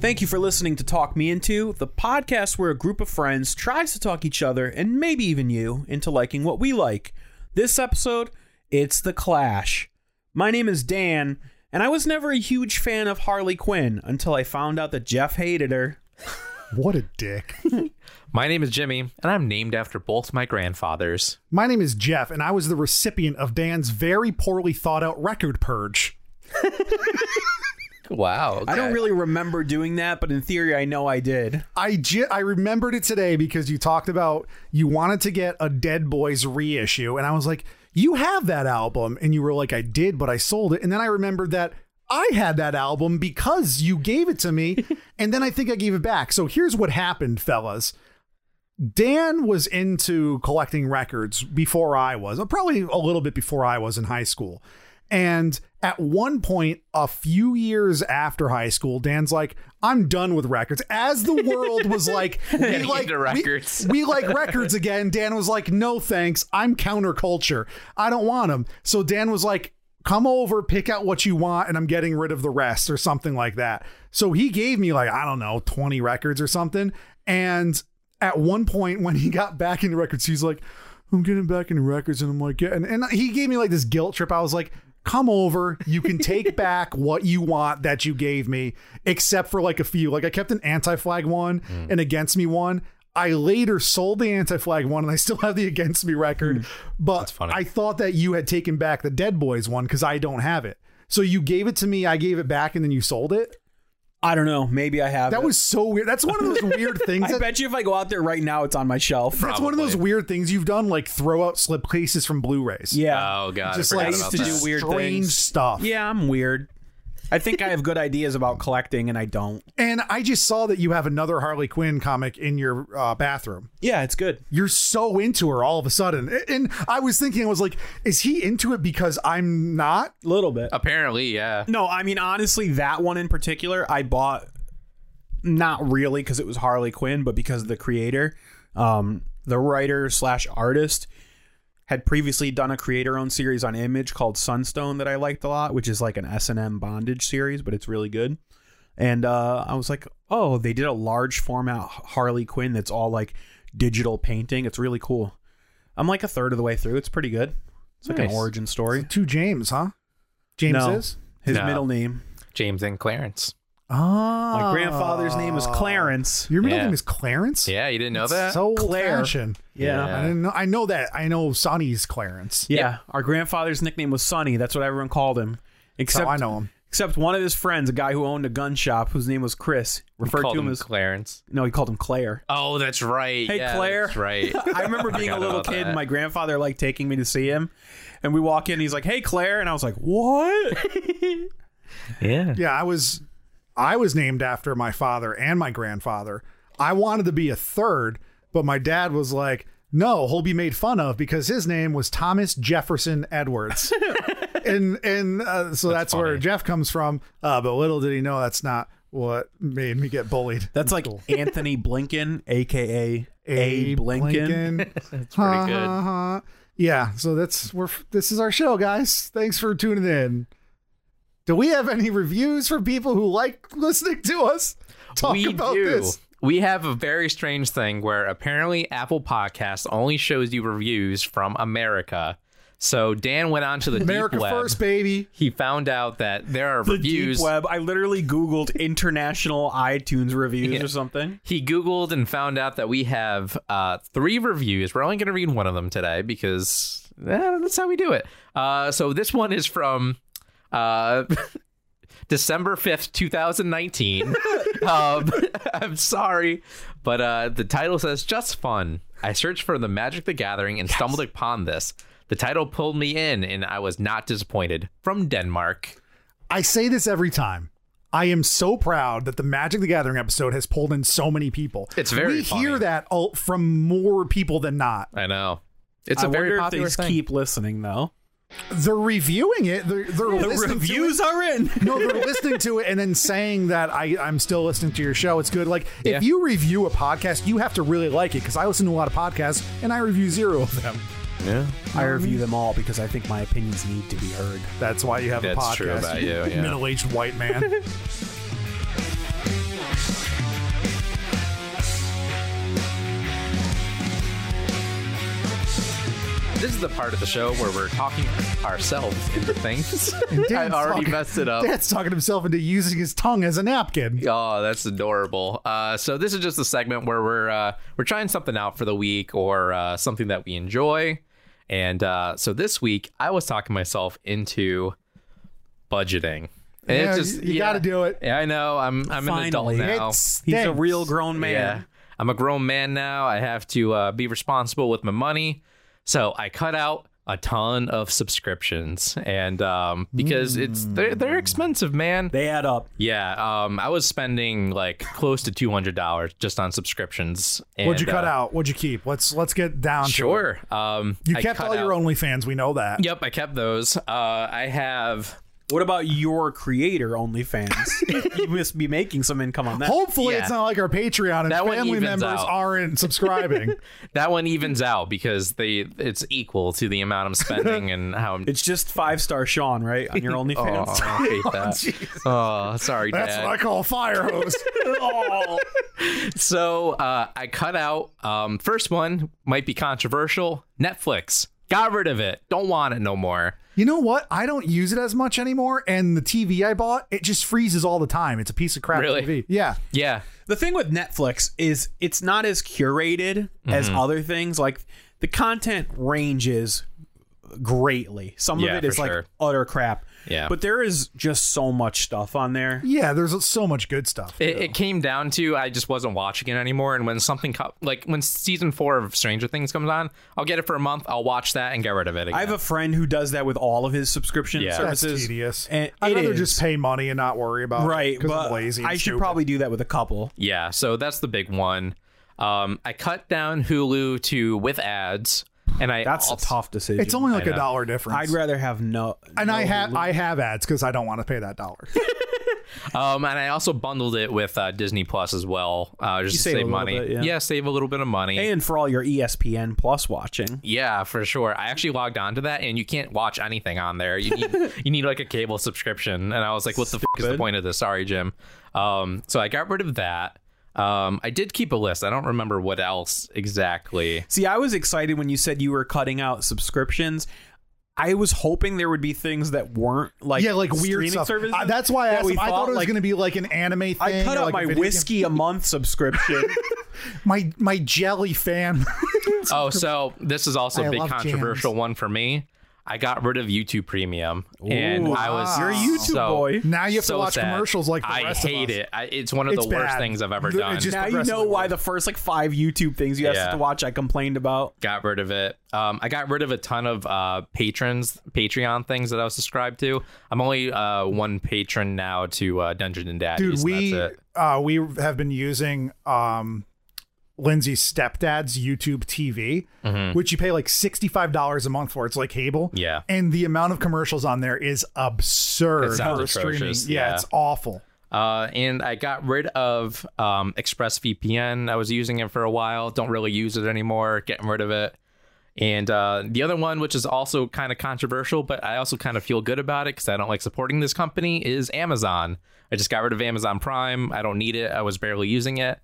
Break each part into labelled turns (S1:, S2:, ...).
S1: Thank you for listening to Talk Me Into, the podcast where a group of friends tries to talk each other and maybe even you into liking what we like. This episode, it's The Clash. My name is Dan, and I was never a huge fan of Harley Quinn until I found out that Jeff hated her.
S2: What a dick.
S3: My name is Jimmy, and I'm named after both my grandfathers.
S2: My name is Jeff, and I was the recipient of Dan's very poorly thought out record purge.
S3: Wow.
S1: I don't
S3: okay.
S1: really remember doing that, but in theory, I know I did.
S2: I, j- I remembered it today because you talked about you wanted to get a Dead Boys reissue, and I was like, You have that album. And you were like, I did, but I sold it. And then I remembered that I had that album because you gave it to me, and then I think I gave it back. So here's what happened, fellas. Dan was into collecting records before I was, uh, probably a little bit before I was in high school. And at one point, a few years after high school, Dan's like, I'm done with records. As the world was like, we like,
S3: Into
S2: we-
S3: records.
S2: we like records again. Dan was like, no thanks. I'm counterculture. I don't want them. So Dan was like, come over, pick out what you want, and I'm getting rid of the rest or something like that. So he gave me like, I don't know, 20 records or something. And at one point when he got back into records, he's like, I'm getting back into records. And I'm like, yeah. And, and he gave me like this guilt trip. I was like, come over. You can take back what you want that you gave me, except for like a few. Like I kept an anti flag one and against me one. I later sold the anti flag one and I still have the against me record. But
S3: funny.
S2: I thought that you had taken back the Dead Boys one because I don't have it. So you gave it to me, I gave it back, and then you sold it.
S1: I don't know. Maybe I have.
S2: That
S1: it.
S2: was so weird. That's one of those weird things.
S1: I
S2: that-
S1: bet you if I go out there right now, it's on my shelf.
S2: that's one of those weird things you've done, like throw out slipcases from Blu-rays.
S1: Yeah.
S3: Oh, God.
S2: just
S3: I forgot
S2: like
S1: I used
S3: about
S1: to
S2: just
S1: do
S3: that.
S1: weird
S2: strange
S1: things.
S2: stuff.
S1: Yeah, I'm weird. I think I have good ideas about collecting, and I don't.
S2: And I just saw that you have another Harley Quinn comic in your uh, bathroom.
S1: Yeah, it's good.
S2: You're so into her all of a sudden. A- And I was thinking, I was like, is he into it because I'm not?
S1: A little bit.
S3: Apparently, yeah.
S1: No, I mean honestly, that one in particular, I bought not really because it was Harley Quinn, but because the creator, um, the writer slash artist, had previously done a creator-owned series on Image called Sunstone that I liked a lot, which is like an S and M bondage series, but it's really good. And uh, I was like, oh, they did a large format Harley Quinn that's all like digital painting. It's really cool. I'm like a third of the way through. It's pretty good. It's like
S3: Nice.
S1: an origin story.
S2: Two James, huh? James
S1: No.
S2: is?
S1: His
S3: No.
S1: middle name.
S3: James and Clarence.
S2: Oh.
S1: My grandfather's name is Clarence.
S2: Your middle
S3: Yeah.
S2: name is Clarence?
S3: Yeah, you didn't know that?
S2: So
S1: Claire.
S2: Claire.
S1: Yeah.
S2: I didn't know. I know that. I know Sonny's Clarence.
S1: Yeah. Our grandfather's nickname was Sonny. That's what everyone called him.
S2: So
S1: Except
S2: I know him.
S1: except one of his friends, a guy who owned a gun shop whose name was Chris, referred
S3: Called
S1: to him,
S3: him
S1: as
S3: Clarence.
S1: No, he called him Claire.
S3: Oh, that's right.
S1: Hey
S3: Yeah,
S1: Claire.
S3: That's right.
S1: I remember being a
S3: Forgot
S1: little
S3: about
S1: kid
S3: that.
S1: and my grandfather like taking me to see him. And we walk in and he's like, Hey Claire and I was like, What?
S3: yeah.
S2: Yeah, I was I was named after my father and my grandfather. I wanted to be a third, but my dad was like, "No, he'll be made fun of because his name was Thomas Jefferson Edwards." and and uh, so that's, where
S3: funny.
S2: Jeff comes from. Uh, but little did he know that's not what made me get bullied.
S1: That's like Anthony Blinken, aka A Blinken.
S2: That's
S3: pretty good.
S2: Uh-huh, Yeah, so that's we're this is our show, guys. Thanks for tuning in. Do we have any reviews for people who like listening to us talk
S3: we
S2: about
S3: do.
S2: this?
S3: We have a very strange thing where apparently Apple Podcasts only shows you reviews from America. So Dan went on to the
S2: America
S3: deep web.
S2: first, baby.
S3: He found out that there are
S1: The
S3: reviews.
S1: deep web. I literally Googled international iTunes reviews or something.
S3: He Googled and found out that we have uh, three reviews. We're only going to read one of them today because eh, that's how we do it. Uh, so this one is from uh, December 5th, 2019. um, I'm sorry, but uh, the title says Just Fun. I searched for the Magic the Gathering and stumbled upon this. The title pulled me in, and I was not disappointed. From Denmark.
S2: I say this every time. I am so proud that the Magic the Gathering episode has pulled in so many people.
S3: It's very
S2: We
S3: funny.
S2: hear that all- from more people than not.
S3: I know. It's
S1: I
S3: a very
S1: wonder if they
S3: popular thing.
S1: keep listening though.
S2: They're reviewing it. They're, they're
S1: The
S2: listening to it.
S1: reviews are in.
S2: no, they're listening to it and then saying that I, I'm still listening to your show. It's good. Like,
S3: Yeah.
S2: if you review a podcast, you have to really like it because I listen to a lot of podcasts and I review zero of them.
S3: yeah.
S1: I review them all because I think my opinions need to be heard.
S2: That's why you have a
S3: That's
S2: podcast.
S3: true about you, yeah.
S2: Middle aged white man.
S3: This is the part of the show where we're talking ourselves into things. I
S2: Dan's
S3: already
S2: talking-
S3: messed it up.
S2: Dad's talking himself into using his tongue as a napkin.
S3: Oh, that's adorable. Uh, so this is just a segment where we're uh, we're trying something out for the week or uh, something that we enjoy. And uh, so this week, I was talking myself into budgeting. And
S2: Yeah, you- you gotta do it.
S3: Yeah, I know. I'm I'm an adult
S1: Finally.
S3: now.
S2: It's-
S1: He's a
S2: Thanks.
S1: real grown man.
S3: Yeah. I'm a grown man now. I have to uh, be responsible with my money. So I cut out a ton of subscriptions and um, because it's
S2: Hmm.
S3: they're, they're expensive, man.
S1: They add up.
S3: Yeah, um, I was spending like close to two hundred dollars just on subscriptions. And,
S2: What'd you cut
S3: uh,
S2: out? What'd you keep? Let's let's get down. to it.
S3: Sure. Um,
S2: You
S3: I
S2: kept
S3: cut
S2: all your
S3: out-
S2: OnlyFans. We know that.
S3: Yep, I kept those. Uh, I have.
S1: What about your creator OnlyFans? you must be making some income on that.
S2: Hopefully,
S3: Yeah.
S2: it's not like our Patreon and
S3: That one
S2: family
S3: evens
S2: members
S3: out.
S2: aren't subscribing.
S3: That one evens out because they it's equal to the amount I'm spending and how I'm.
S1: It's just five star Sean, right? On your
S3: Oh,
S1: OnlyFans.
S3: I hate that. Oh, sorry,
S2: That's
S3: Dad.
S2: what I call a fire hose.
S3: So uh, I cut out. Um, first one might be controversial. Netflix got rid of it. Don't want it no more.
S2: You know what? I don't use it as much anymore, and the TV I bought it just freezes all the time. It's a piece of crap
S3: Really?
S2: TV. Yeah,
S3: Yeah,
S1: the thing with Netflix is it's not as curated as
S3: Mm-hmm.
S1: other things. Like the content ranges greatly. Some
S3: Yeah,
S1: of it is
S3: for
S1: like
S3: sure.
S1: utter crap.
S3: Yeah.
S1: But there is just so much stuff on there.
S2: yeah. There's so much good stuff.
S3: It, it came down to I just wasn't watching it anymore. And when something co- like when season four of Stranger Things comes on, I'll get it for a month. I'll watch that and get rid of it. Again.
S1: I have a friend who does that with all of his subscription
S3: Yeah.
S2: That's
S1: services.
S2: tedious.
S1: And
S2: I'd
S1: it
S2: rather
S1: is.
S2: just pay money and not worry about
S1: right,
S2: it 'cause
S1: but
S2: I'm lazy. and
S1: I should
S2: stupid.
S1: probably do that with a couple.
S3: yeah. So that's the big one. Um, I cut down Hulu to with ads, and I
S1: That's
S3: also,
S1: a tough decision.
S2: It's only like
S3: I
S2: a
S3: know.
S2: dollar difference.
S1: I'd rather have no.
S2: and
S1: no
S2: I have
S1: Hulu.
S2: I have ads because I don't want to pay that dollar.
S3: Um, and I also bundled it with uh, Disney Plus as well, uh, just to
S1: save
S3: save,
S1: a little
S3: money.
S1: bit, yeah.
S3: save a little bit of money.
S1: and for all your E ESPN Plus watching.
S3: Yeah, for sure. I actually logged on to that, and you can't watch anything on there. You need, you need like a cable subscription, and I was like, "What the f- is the
S1: Stupid.
S3: point of this?" Sorry, Jim. Um, so I got rid of that. Um, I did keep a list. I don't remember what else exactly.
S1: See, I was excited when you said you were cutting out subscriptions. I was hoping there would be things that weren't like
S2: yeah, like weird
S1: streaming
S2: stuff.
S1: services.
S2: Uh, that's why I
S1: that
S2: asked.
S1: we
S2: him. I thought it was
S1: like,
S2: going to be like an anime thing.
S1: I cut
S2: or
S1: out
S2: like a
S1: my
S2: video game.
S1: whiskey a month subscription.
S2: my my jelly fan.
S3: Oh, so this is also
S2: I
S3: a big
S2: love
S3: controversial
S2: jams.
S3: one for me. I got rid of YouTube Premium, and I was
S1: you're a YouTube
S3: so-
S1: boy.
S2: now you have
S3: so
S2: to watch
S3: sad.
S2: commercials like the
S3: I
S2: rest
S3: hate
S2: of us.
S3: it. I, it's one of
S2: It's
S3: the worst
S2: bad.
S3: things I've ever
S2: The- it
S3: done.
S2: just-
S1: Now you
S2: progressively
S1: know why the first like five YouTube things you asked us
S3: Yeah.
S1: to watch I complained about.
S3: got rid of it. Um, I got rid of a ton of uh, patrons, Patreon things that I was subscribed to. I'm only uh, one patron now to uh, Dungeon and Daddies.
S2: dude
S3: and
S2: we
S3: that's it.
S2: uh we have been using um lindsay's stepdad's youtube tv which you pay like $65 a month for it's like cable
S3: Mm-hmm. Yeah.
S2: and the amount of commercials on there is absurd
S3: It sounds
S2: for streaming.
S3: atrocious,
S2: yeah,
S3: yeah.
S2: it's awful
S3: Uh, and I got rid of um, ExpressVPN. I was using it for a while. Don't really use it anymore. Getting rid of it. And uh, the other one, which is also kind of controversial, but I also kind of feel good about it because I don't like supporting this company, is Amazon. I just got rid of Amazon Prime. I don't need it. I was barely using it.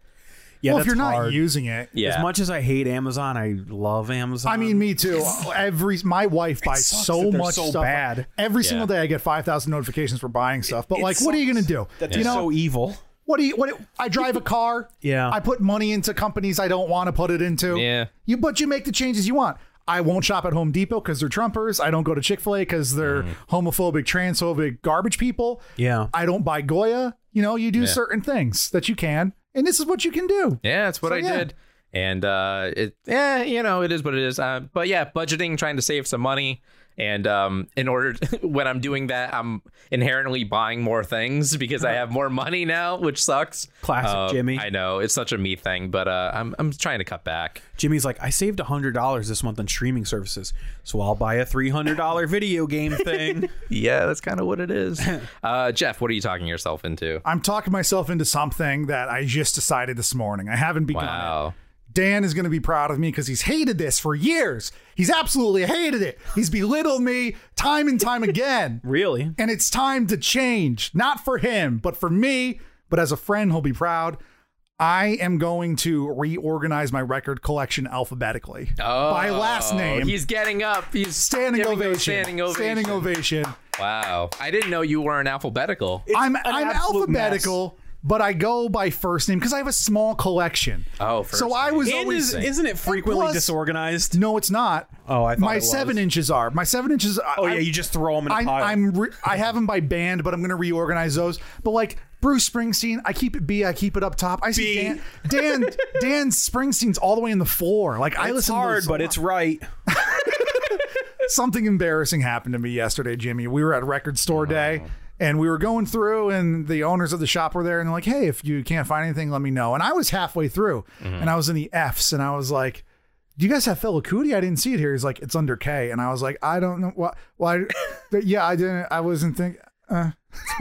S1: Yeah,
S2: well if
S1: that's
S2: you're not
S1: hard.
S2: using it
S3: Yeah.
S1: As much as I hate Amazon, I love Amazon.
S2: I mean, me too. Every my wife buys
S1: sucks
S2: so
S1: that they're
S2: much
S1: so
S2: stuff.
S1: bad.
S2: Every
S3: Yeah.
S2: single day, I get five thousand notifications for buying stuff. But
S1: It
S2: like, what are you gonna
S1: sucks
S2: do?
S1: that
S2: you
S1: they're
S2: know,
S1: so evil.
S2: what do you? What do- I drive a car.
S1: Yeah.
S2: I put money into companies I don't want to put it into.
S3: Yeah.
S2: You, but you make the changes you want. I won't shop at Home Depot because they're Trumpers. I don't go to Chick Fil A because they're
S3: Mm.
S2: homophobic, transphobic, garbage people.
S1: Yeah.
S2: I don't buy Goya. You know, you do certain things that you can, and this is what you can do.
S3: Yeah, that's what
S2: So,
S3: I
S2: yeah.
S3: did. And uh, it, yeah, you know, it is what it is. Uh, but yeah, budgeting, trying to save some money, and um, in order when I'm doing that, I'm inherently buying more things because I have more money now, which sucks.
S1: Classic
S3: Uh,
S1: Jimmy.
S3: I know it's such a me thing, but uh, I'm I'm trying to cut back.
S1: Jimmy's like, I saved hundred dollars this month on streaming services, so I'll buy a three hundred dollar video game thing.
S3: Yeah, that's kind of what it is. uh, Jeff, what are you talking yourself into?
S2: I'm talking myself into something that I just decided this morning. I haven't begun it.
S3: Wow.
S2: Dan is going to be proud of me because he's hated this for years. He's absolutely hated it. He's belittled me time and time again.
S1: really?
S2: And it's time to change, not for him, but for me. But as a friend, he'll be proud. I am going to reorganize my record collection alphabetically
S3: Oh,
S2: by last name.
S3: He's getting up. He's
S2: standing
S3: giving a
S2: ovation.
S3: Standing ovation.
S2: Standing ovation.
S3: Wow. I didn't know you were an alphabetical.
S2: I'm
S1: an
S2: I'm
S1: absolute
S2: alphabetical, but I go by first name because I have a small collection.
S3: Oh, first
S2: so I
S3: name.
S2: was
S1: And
S2: always
S1: is, isn't it frequently
S2: plus-
S1: disorganized?
S2: no, it's not.
S1: Oh, I thought
S2: my
S1: it was.
S2: seven inches are my seven inches.
S1: Oh yeah, you just throw them in a
S2: I'm,
S1: pile.
S2: I'm re- I have them by band, but I'm gonna reorganize those. But like Bruce Springsteen, I keep it B, I keep it up top. I see
S1: B.
S2: Dan, Dan, Dan Springsteen's all the way in the floor. Like I
S1: it's
S2: listen
S1: hard,
S2: to those-
S1: but it's right.
S2: something embarrassing happened to me yesterday, Jimmy. We were at record
S3: Uh-huh.
S2: store day and we were going through and the owners of the shop were there and they're like, "Hey, if you can't find anything, let me know." And I was halfway through
S3: Mm-hmm.
S2: and I was in the Fs and I was like, "Do you guys have Fela Kuti? I didn't see it here." He's like, "It's under K." And I was like, "I don't know what why yeah, I didn't I wasn't think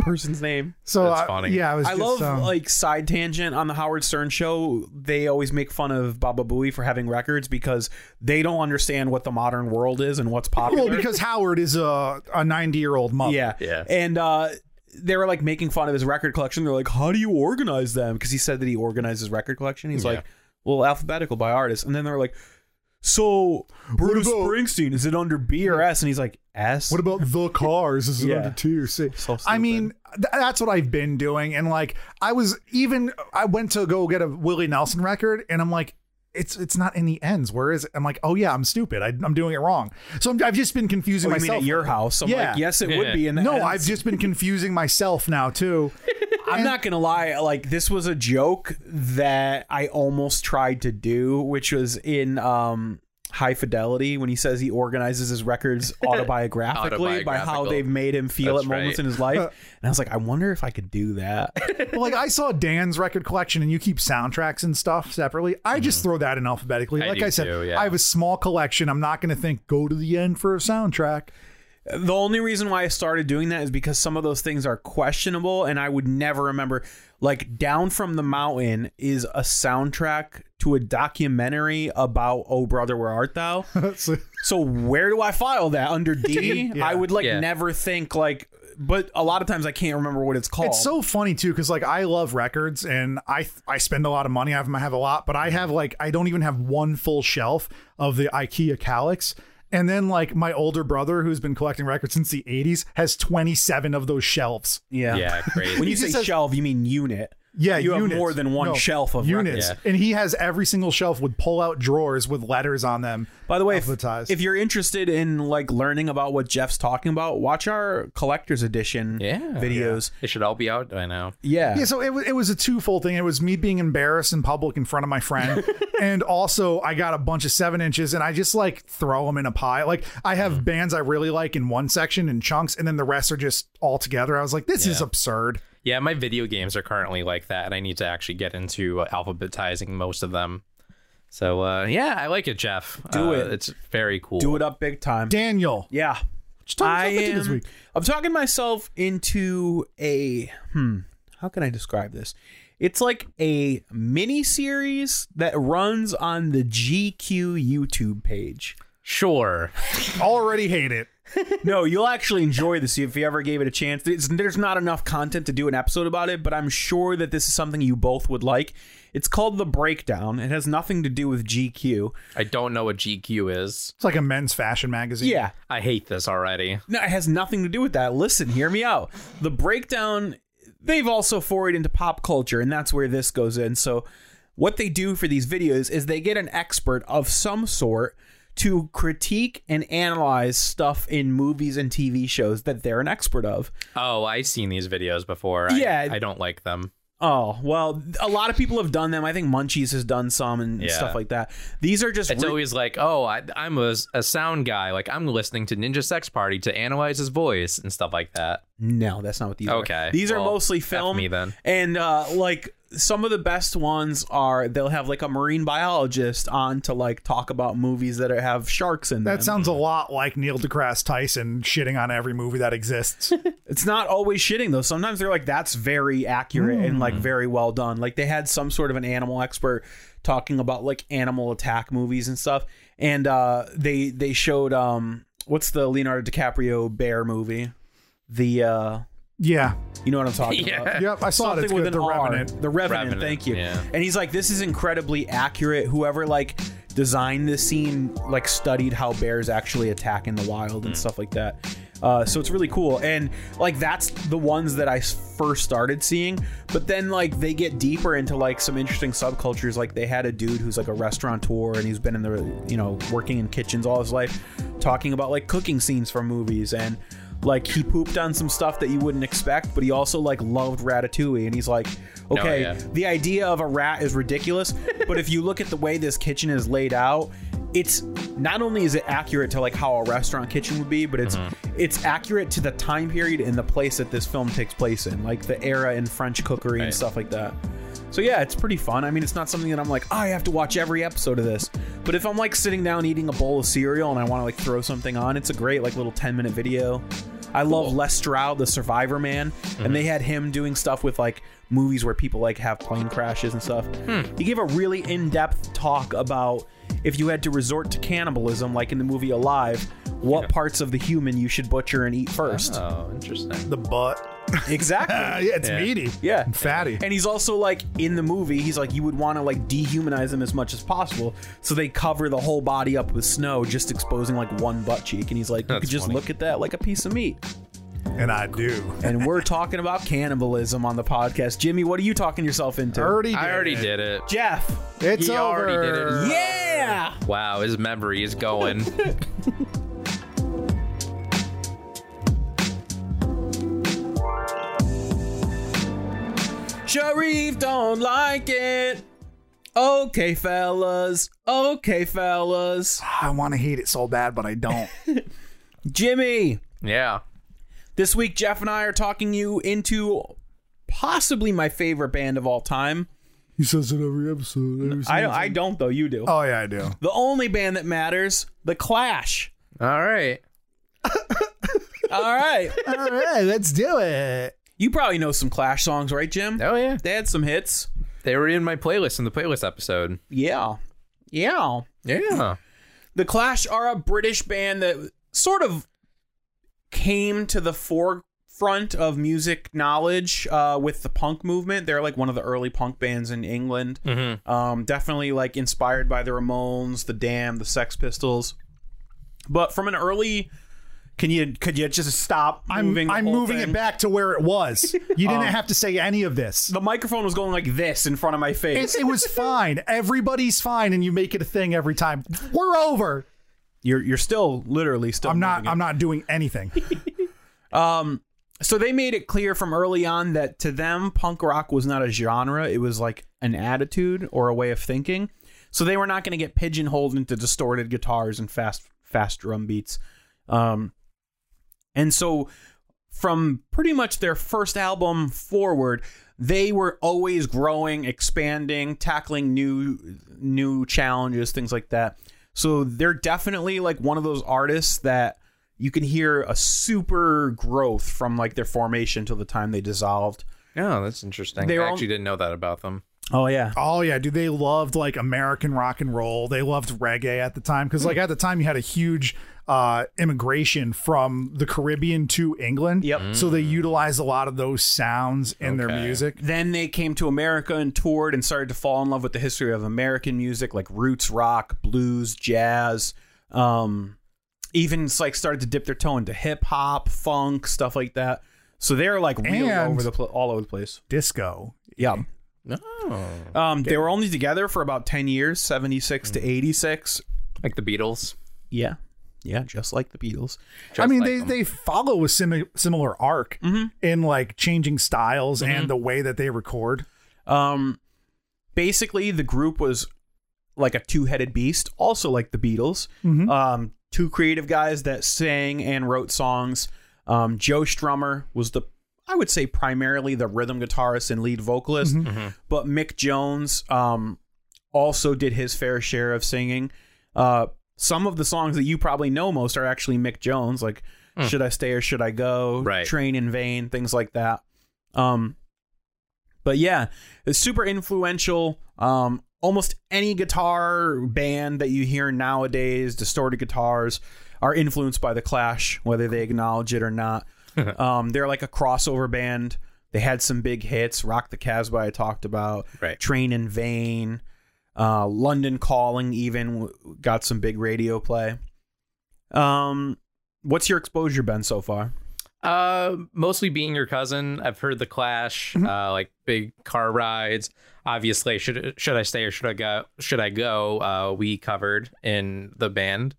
S1: Person's name.
S2: so
S3: That's
S2: I-
S3: funny.
S2: yeah, I was
S1: I
S2: just,
S1: love
S2: um,
S1: like side tangent on the Howard Stern show. They always make fun of Baba Booey for having records because they don't understand what the modern world is and what's popular.
S2: well because Howard is a a 90-year-old mother.
S1: yeah,
S3: Yeah.
S1: and uh, they were like making fun of his record collection. They're like, "How do you organize them?" Because he said that he organized his record collection. He's like, "Well, alphabetical by artist," and then they're like. So Bruce
S2: about-
S1: Springsteen is it under B or S? And he's like S.
S2: What about the cars? Is it
S1: Yeah.
S2: under two or six?
S1: So
S2: I mean, th- that's what I've been doing. And like, I was even, I went to go get a Willie Nelson record and I'm like, it's it's not in the ends. Where is it? I'm like, oh yeah, I'm stupid. I, I'm doing it wrong. So I'm, I've just been confusing
S1: Oh, you mean
S2: myself.
S1: at your house? I'm
S2: Yeah.
S1: like, yes, it would be. And
S2: no, I've just been confusing myself now too.
S1: I'm not gonna lie. Like this was a joke that I almost tried to do, which was in um, High Fidelity when he says he organizes his records autobiographically by how
S3: Autobiographical.
S1: they've made him feel
S3: That's
S1: at moments
S3: right.
S1: in his life. And I was like, I wonder if I could do that.
S2: But, like I saw Dan's record collection, and you keep soundtracks and stuff separately. I just throw that in alphabetically.
S3: Mm-hmm. I
S2: Like
S3: do
S2: I said,
S3: too, yeah.
S2: I have a small collection. I'm not going to think go to the end for a soundtrack.
S1: the only reason why I started doing that is because some of those things are questionable, and I would never remember. Like Down from the Mountain is a soundtrack to a documentary about Oh Brother Where Art Thou.
S2: So-
S1: So where do I file that under D? I would like
S3: Yeah.
S1: never think like, but a lot of times I can't remember what it's called.
S2: It's so funny too, because like I love records and I I spend a lot of money. I have, I have a lot, but I have like I don't even have one full shelf of the IKEA Calyx. And then like my older brother, who's been collecting records since the '80s, has 27 of those shelves.
S1: yeah.
S3: Yeah, crazy.
S1: When you say
S2: just says-
S1: shelf, you mean unit.
S2: Yeah,
S1: you
S2: units.
S1: have more than one
S2: No,
S1: shelf of
S2: units,
S1: records.
S2: and he has every single shelf with pull-out drawers with letters on them.
S1: By the way, if,
S2: Alphabetized.
S1: if you're interested in like learning about what Jeff's talking about, watch our collector's edition
S3: Yeah.
S1: videos.
S3: It should all be out by now.
S1: Yeah.
S2: Yeah, so it was it was a twofold thing. It was me being embarrassed in public in front of my friend, and also I got a bunch of seven inches, and I just like throw them in a pile. Like I have bands I really like in one section in chunks, and then the rest are just all together. I was like, this is absurd.
S3: Yeah, my video games are currently like that, and I need to actually get into uh, alphabetizing most of them. So uh, yeah, I like it, Jeff.
S1: Do
S3: Uh,
S1: it.
S3: It's very cool.
S1: Do it up big time.
S2: Daniel,
S1: Yeah.
S2: talking yourself into this week?
S1: I'm talking myself into a hmm. How can I describe this? It's like a mini series that runs on the GQ YouTube page.
S3: Sure.
S2: already hate it.
S1: no, you'll actually enjoy this if you ever gave it a chance. It's, there's not enough content to do an episode about it, but I'm sure that this is something you both would like. It's called The Breakdown. It has nothing to do with GQ.
S3: I don't know what GQ is.
S2: It's like a men's fashion magazine.
S1: Yeah,
S3: I hate this already.
S1: No, it has nothing to do with that. Listen, hear me out. The breakdown, they've also forayed into pop culture, and that's where this goes in. So, what they do for these videos is they get an expert of some sort to critique and analyze stuff in movies and TV shows that they're an expert of.
S3: Oh, I've seen these videos before. I,
S1: Yeah.
S3: I don't like them.
S1: Oh well, a lot of people have done them. I think Munchies has done some and
S3: Yeah.
S1: stuff like that. These are just
S3: It's
S1: re-
S3: always like, oh, I, I'm a, a sound guy. Like I'm listening to Ninja Sex Party to analyze his voice and stuff like that.
S1: no, that's not what these are.
S3: Okay,
S1: these are
S3: well,
S1: mostly
S3: F
S1: film.
S3: me then.
S1: and uh, like some of the best ones are they'll have like a marine biologist on to like talk about movies that are, have sharks in them.
S2: That sounds a lot like Neil deGrasse Tyson shitting on every movie that exists.
S1: it's not always shitting though. Sometimes they're like, that's very accurate and like very well done. Like they had some sort of an animal expert talking about like animal attack movies and stuff. And uh they they showed um what's the Leonardo DiCaprio bear movie? The uh
S2: yeah.
S1: you know what I'm talking
S3: Yeah.
S1: about.
S2: Yep. I saw it.
S1: Something
S2: It's
S1: with
S2: good.
S1: an
S2: The
S1: R.
S2: Revenant.
S1: The Revenant,
S3: Revenant,
S1: thank you.
S3: yeah.
S1: And he's like, this is incredibly accurate. Whoever like designed this scene like studied how bears actually attack in the wild and stuff like that. Uh, so it's really cool. And like that's the ones that I s- first started seeing. But then like they get deeper into like some interesting subcultures. Like they had a dude who's like a restaurateur and he's been in the you know working in kitchens all his life, talking about like cooking scenes from movies and like he pooped on some stuff that you wouldn't expect, but he also like loved Ratatouille, and he's like, okay,
S3: yeah.
S1: the idea of a rat is ridiculous, but if you look at the way this kitchen is laid out, it's not only is it accurate to like how a restaurant kitchen would be, but it's
S3: Mm-hmm.
S1: it's accurate to the time period and the place that this film takes place in, like the era in French cookery and
S3: Right.
S1: stuff like that. So yeah, it's pretty fun. I mean, it's not something that I'm like, oh, I have to watch every episode of this. But if I'm like sitting down eating a bowl of cereal and I want to like throw something on, it's a great like little 10 minute video. I love Les Stroud, the Survivor Man, and they had him doing stuff with like movies where people like have plane crashes and stuff. He gave a really in depth talk about if you had to resort to cannibalism, like in the movie Alive, what parts of the human you should butcher and eat first.
S3: Oh, interesting.
S2: The butt.
S1: Exactly.
S2: Uh, yeah, it's
S3: Yeah.
S2: meaty.
S1: Yeah.
S2: And fatty.
S1: And he's also like in the movie, he's like you would want to like dehumanize him as much as possible, so they cover the whole body up with snow, just exposing like one butt cheek. And he's like, you
S3: That's
S1: could just
S3: funny.
S1: look at that like a piece of meat.
S2: And I do.
S1: And we're talking about cannibalism on the podcast. Jimmy, what are you talking yourself into?
S2: Already
S3: I
S2: did
S3: already
S2: it.
S3: did it.
S1: Jeff.
S2: It's
S3: He
S2: over.
S3: already did it.
S1: Yeah.
S3: Wow, his memory is going.
S1: Sharif don't like it. Okay, fellas. Okay, fellas.
S2: I want to hate it so bad, but I don't.
S1: Jimmy.
S3: yeah.
S1: This week, Jeff and I are talking you into possibly my favorite band of all time.
S2: he says it every episode. Every
S1: I, I don't, though. You do.
S2: oh yeah, I do.
S1: The only band that matters, The Clash.
S3: All right.
S1: All right.
S2: All right, let's do it.
S1: you probably know some Clash songs, right, Jim?
S3: Oh yeah.
S1: They had some hits.
S3: They were in my playlist in the playlist episode.
S1: Yeah. Yeah.
S3: Yeah.
S1: The Clash are a British band that sort of came to the forefront of music knowledge uh, with the punk movement. They're like one of the early punk bands in England. Um, definitely like inspired by the Ramones, the Dam, the Sex Pistols. But from an early, can you could you just stop
S2: I'm
S1: moving? the
S2: I'm
S1: whole
S2: moving
S1: thing? Um,
S2: it back to where it was. You didn't have to say any of this.
S1: The microphone was going like this in front of my face.
S2: It, it was fine. Everybody's fine, and you make it a thing every time. We're over.
S1: You're you're still literally still.
S2: I'm
S1: moving
S2: not.
S1: it.
S2: I'm not doing anything.
S1: so they made it clear from early on that to them punk rock was not a genre it was like an attitude or a way of thinking so they were not going to get pigeonholed into distorted guitars and fast fast drum beats um, and so from pretty much their first album forward they were always growing expanding tackling new new challenges things like that so they're definitely like one of those artists that you can hear a super growth from like their formation till the time they dissolved
S3: Oh, that's interesting.
S1: They were
S3: I
S1: all-
S3: actually didn't know that about them.
S1: oh yeah
S2: Oh yeah, dude, they loved like American rock and roll. They loved reggae at the time because like at the time you had a huge uh immigration from the Caribbean to England.
S1: Yep. Mm.
S2: So
S3: Hmm.
S2: they utilized a lot of those sounds in their music.
S1: then they came to America and toured and started to fall in love with the history of American music, like roots rock, blues, jazz. Um, even like started to dip their toe into hip hop, funk, stuff like that. So they're like really
S2: And-
S1: over the pl- all over the place.
S2: Disco.
S1: Yeah.
S3: Oh.
S1: Um, they were only together for about ten years, seventy six to eighty six.
S3: Like the Beatles.
S1: Yeah. Yeah, just like the Beatles.
S2: I
S3: Just
S2: mean,
S3: like
S2: they,
S3: them.
S2: they follow a simi- similar arc in like changing styles and the way that they record.
S1: Um, basically, the group was like a two-headed beast, also like the Beatles. Um, two creative guys that sang and wrote songs. Um, Joe Strummer was the, I would say, primarily the rhythm guitarist and lead vocalist, but Mick Jones um, also did his fair share of singing. Uh, some of the songs that you probably know most are actually Mick Jones, like "Should I Stay or Should I Go,"
S3: Right.
S1: "Train in Vain," things like that. Um, but yeah, it's super influential. Um, almost any guitar band that you hear nowadays, distorted guitars, are influenced by the Clash, whether they acknowledge it or not. um, they're like a crossover band. They had some big hits. Rock the Casbah, I talked about.
S3: Right.
S1: Train in Vain. Uh, London Calling, even w- got some big radio play. Um, what's your exposure been so far?
S3: Uh, mostly being your cousin. I've heard the Clash, uh, like big car rides. Obviously, should should I stay or should I go? Should I go? Uh, we covered in the band,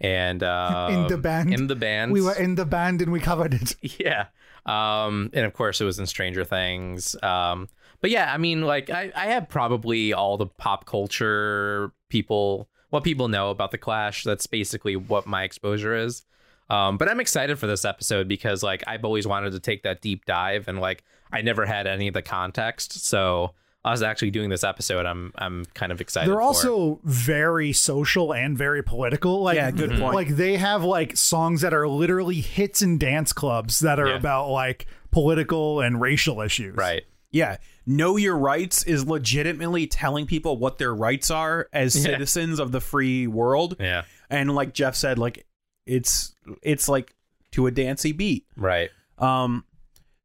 S3: and uh,
S2: In the band?
S3: in the band.
S2: We were in the band and we covered it.
S3: yeah. Um, and of course, it was in Stranger Things. Um, but yeah, I mean, like I I have probably all the pop culture people, what people know about the Clash. That's basically what my exposure is. Um, but I'm excited for this episode because like I've always wanted to take that deep dive and like I never had any of the context. So us actually doing this episode, I'm I'm kind of excited.
S2: They're
S3: for.
S2: also very social and very political. Like,
S1: Yeah, good point.
S2: Like they have like songs that are literally hits and dance clubs that are
S3: Yeah.
S2: about like political and racial issues.
S3: right.
S1: Yeah, know your rights is legitimately telling people what their rights are as citizens of the free world.
S3: Yeah.
S1: And like Jeff said, like it's it's like to a dancey beat.
S3: Right.
S1: Um,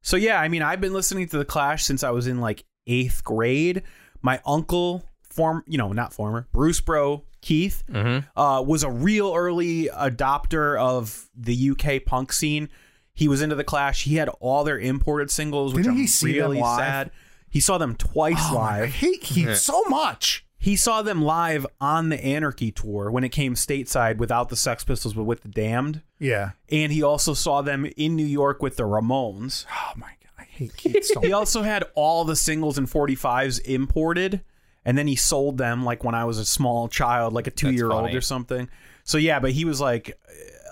S1: so yeah, I mean, I've been listening to the Clash since I was in like eighth grade. My uncle, form, you know, not former Bruce Bro Keith, uh, was a real early adopter of the UK punk scene. He was into the Clash. He had all their imported singles, which
S2: Didn't
S1: I'm
S2: he see them
S1: really
S2: live?
S1: sad. He saw them twice
S2: Oh, I
S1: live.
S2: hate Heat so much.
S1: He saw them live on the Anarchy tour when it came stateside without the Sex Pistols but with the Damned.
S2: Yeah.
S1: And he also saw them in New York with the Ramones.
S2: Oh my god, I hate Heat so
S1: he
S2: much.
S1: also had all the singles and 45s imported and then he sold them like when i was a small child like a two-year-old
S3: funny.
S1: or something so yeah but he was like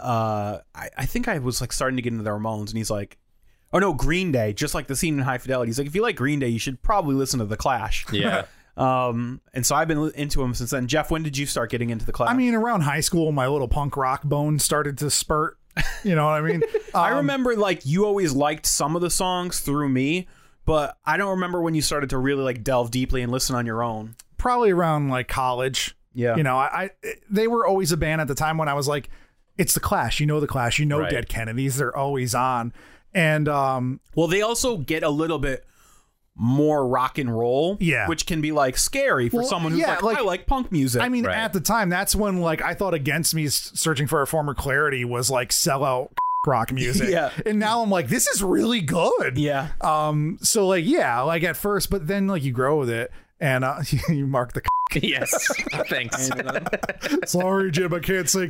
S1: uh I, I think i was like starting to get into the ramones and he's like oh no green day just like the scene in high fidelity he's like if you like green day you should probably listen to the clash
S3: Yeah.
S1: um and so i've been li- into him since then jeff when did you start getting into the clash
S2: I mean, around high school, my little punk rock bone started to spurt. You know what I mean? Um,
S1: I remember like you always liked some of the songs through me but i don't remember when you started to really like delve deeply and listen on your own
S2: probably around like college.
S1: Yeah.
S2: You know, I, I they were always a band at the time when I was like, it's the Clash. You know the Clash. You know
S3: Right.
S2: Dead Kennedys. They're always on. And um,
S1: Well, they also get a little bit more rock and roll,
S2: Yeah.
S1: which can be like scary for
S2: Well,
S1: someone who's
S2: yeah,
S1: like,
S2: like-
S1: I like punk music.
S2: I mean,
S3: Right.
S2: at the time, that's when like I thought Against Me's searching for a former clarity was like sellout rock music.
S1: Yeah.
S2: And now I'm like, this is really good. Um,
S1: yeah,
S2: uh, So like, yeah, like at first, but then like you grow with it. And uh, you mark the.
S3: yes. Thanks.
S2: Sorry, Jim, I can't say.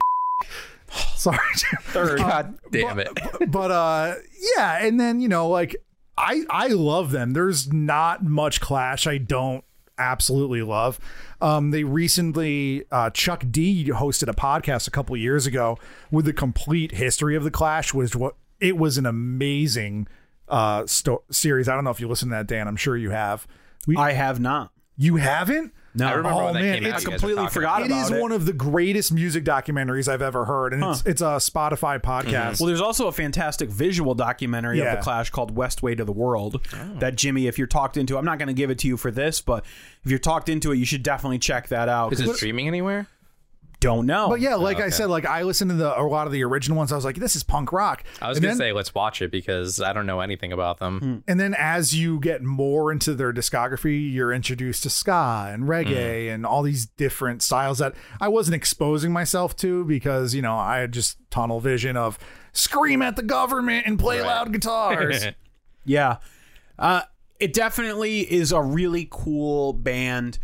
S2: Sorry, Jim.
S1: third.
S3: God damn it.
S2: but uh yeah and then you know like i i love them there's not much clash i don't absolutely love um they recently uh chuck d hosted a podcast a couple years ago with the complete history of the clash was what it was an amazing uh sto- series i don't know if you listen to that dan i'm sure you have we
S1: I have not.
S2: you haven't
S1: No,
S3: I remember
S2: Oh,
S3: when that
S2: man,
S3: came out.
S2: it's
S3: you guys were
S1: completely
S3: talking
S1: forgot
S3: about
S2: it is
S1: about it.
S2: one of the greatest music documentaries i've ever heard and it's it's a spotify
S3: Mm-hmm.
S2: podcast
S1: Well, there's also a fantastic visual documentary of
S2: Yeah.
S1: the Clash called West Way to the World that Jimmy, if you're talked into, I'm not going to give it to you for this, but if you're talked into it, you should definitely check that out.
S3: Is it streaming anywhere?
S1: Don't know.
S2: But yeah, like
S3: Oh,
S2: I said, like I listened to the a lot of the original ones. I was like, this is punk rock.
S3: I was
S2: and
S3: gonna
S2: then,
S3: say let's watch it because I don't know anything about them.
S2: and then as you get more into their discography, you're introduced to ska
S3: Mm.
S2: and reggae and all these different styles that I wasn't exposing myself to because you know I had just tunnel vision of scream at the government and play loud guitars.
S1: Yeah. Uh, it definitely is a really cool band.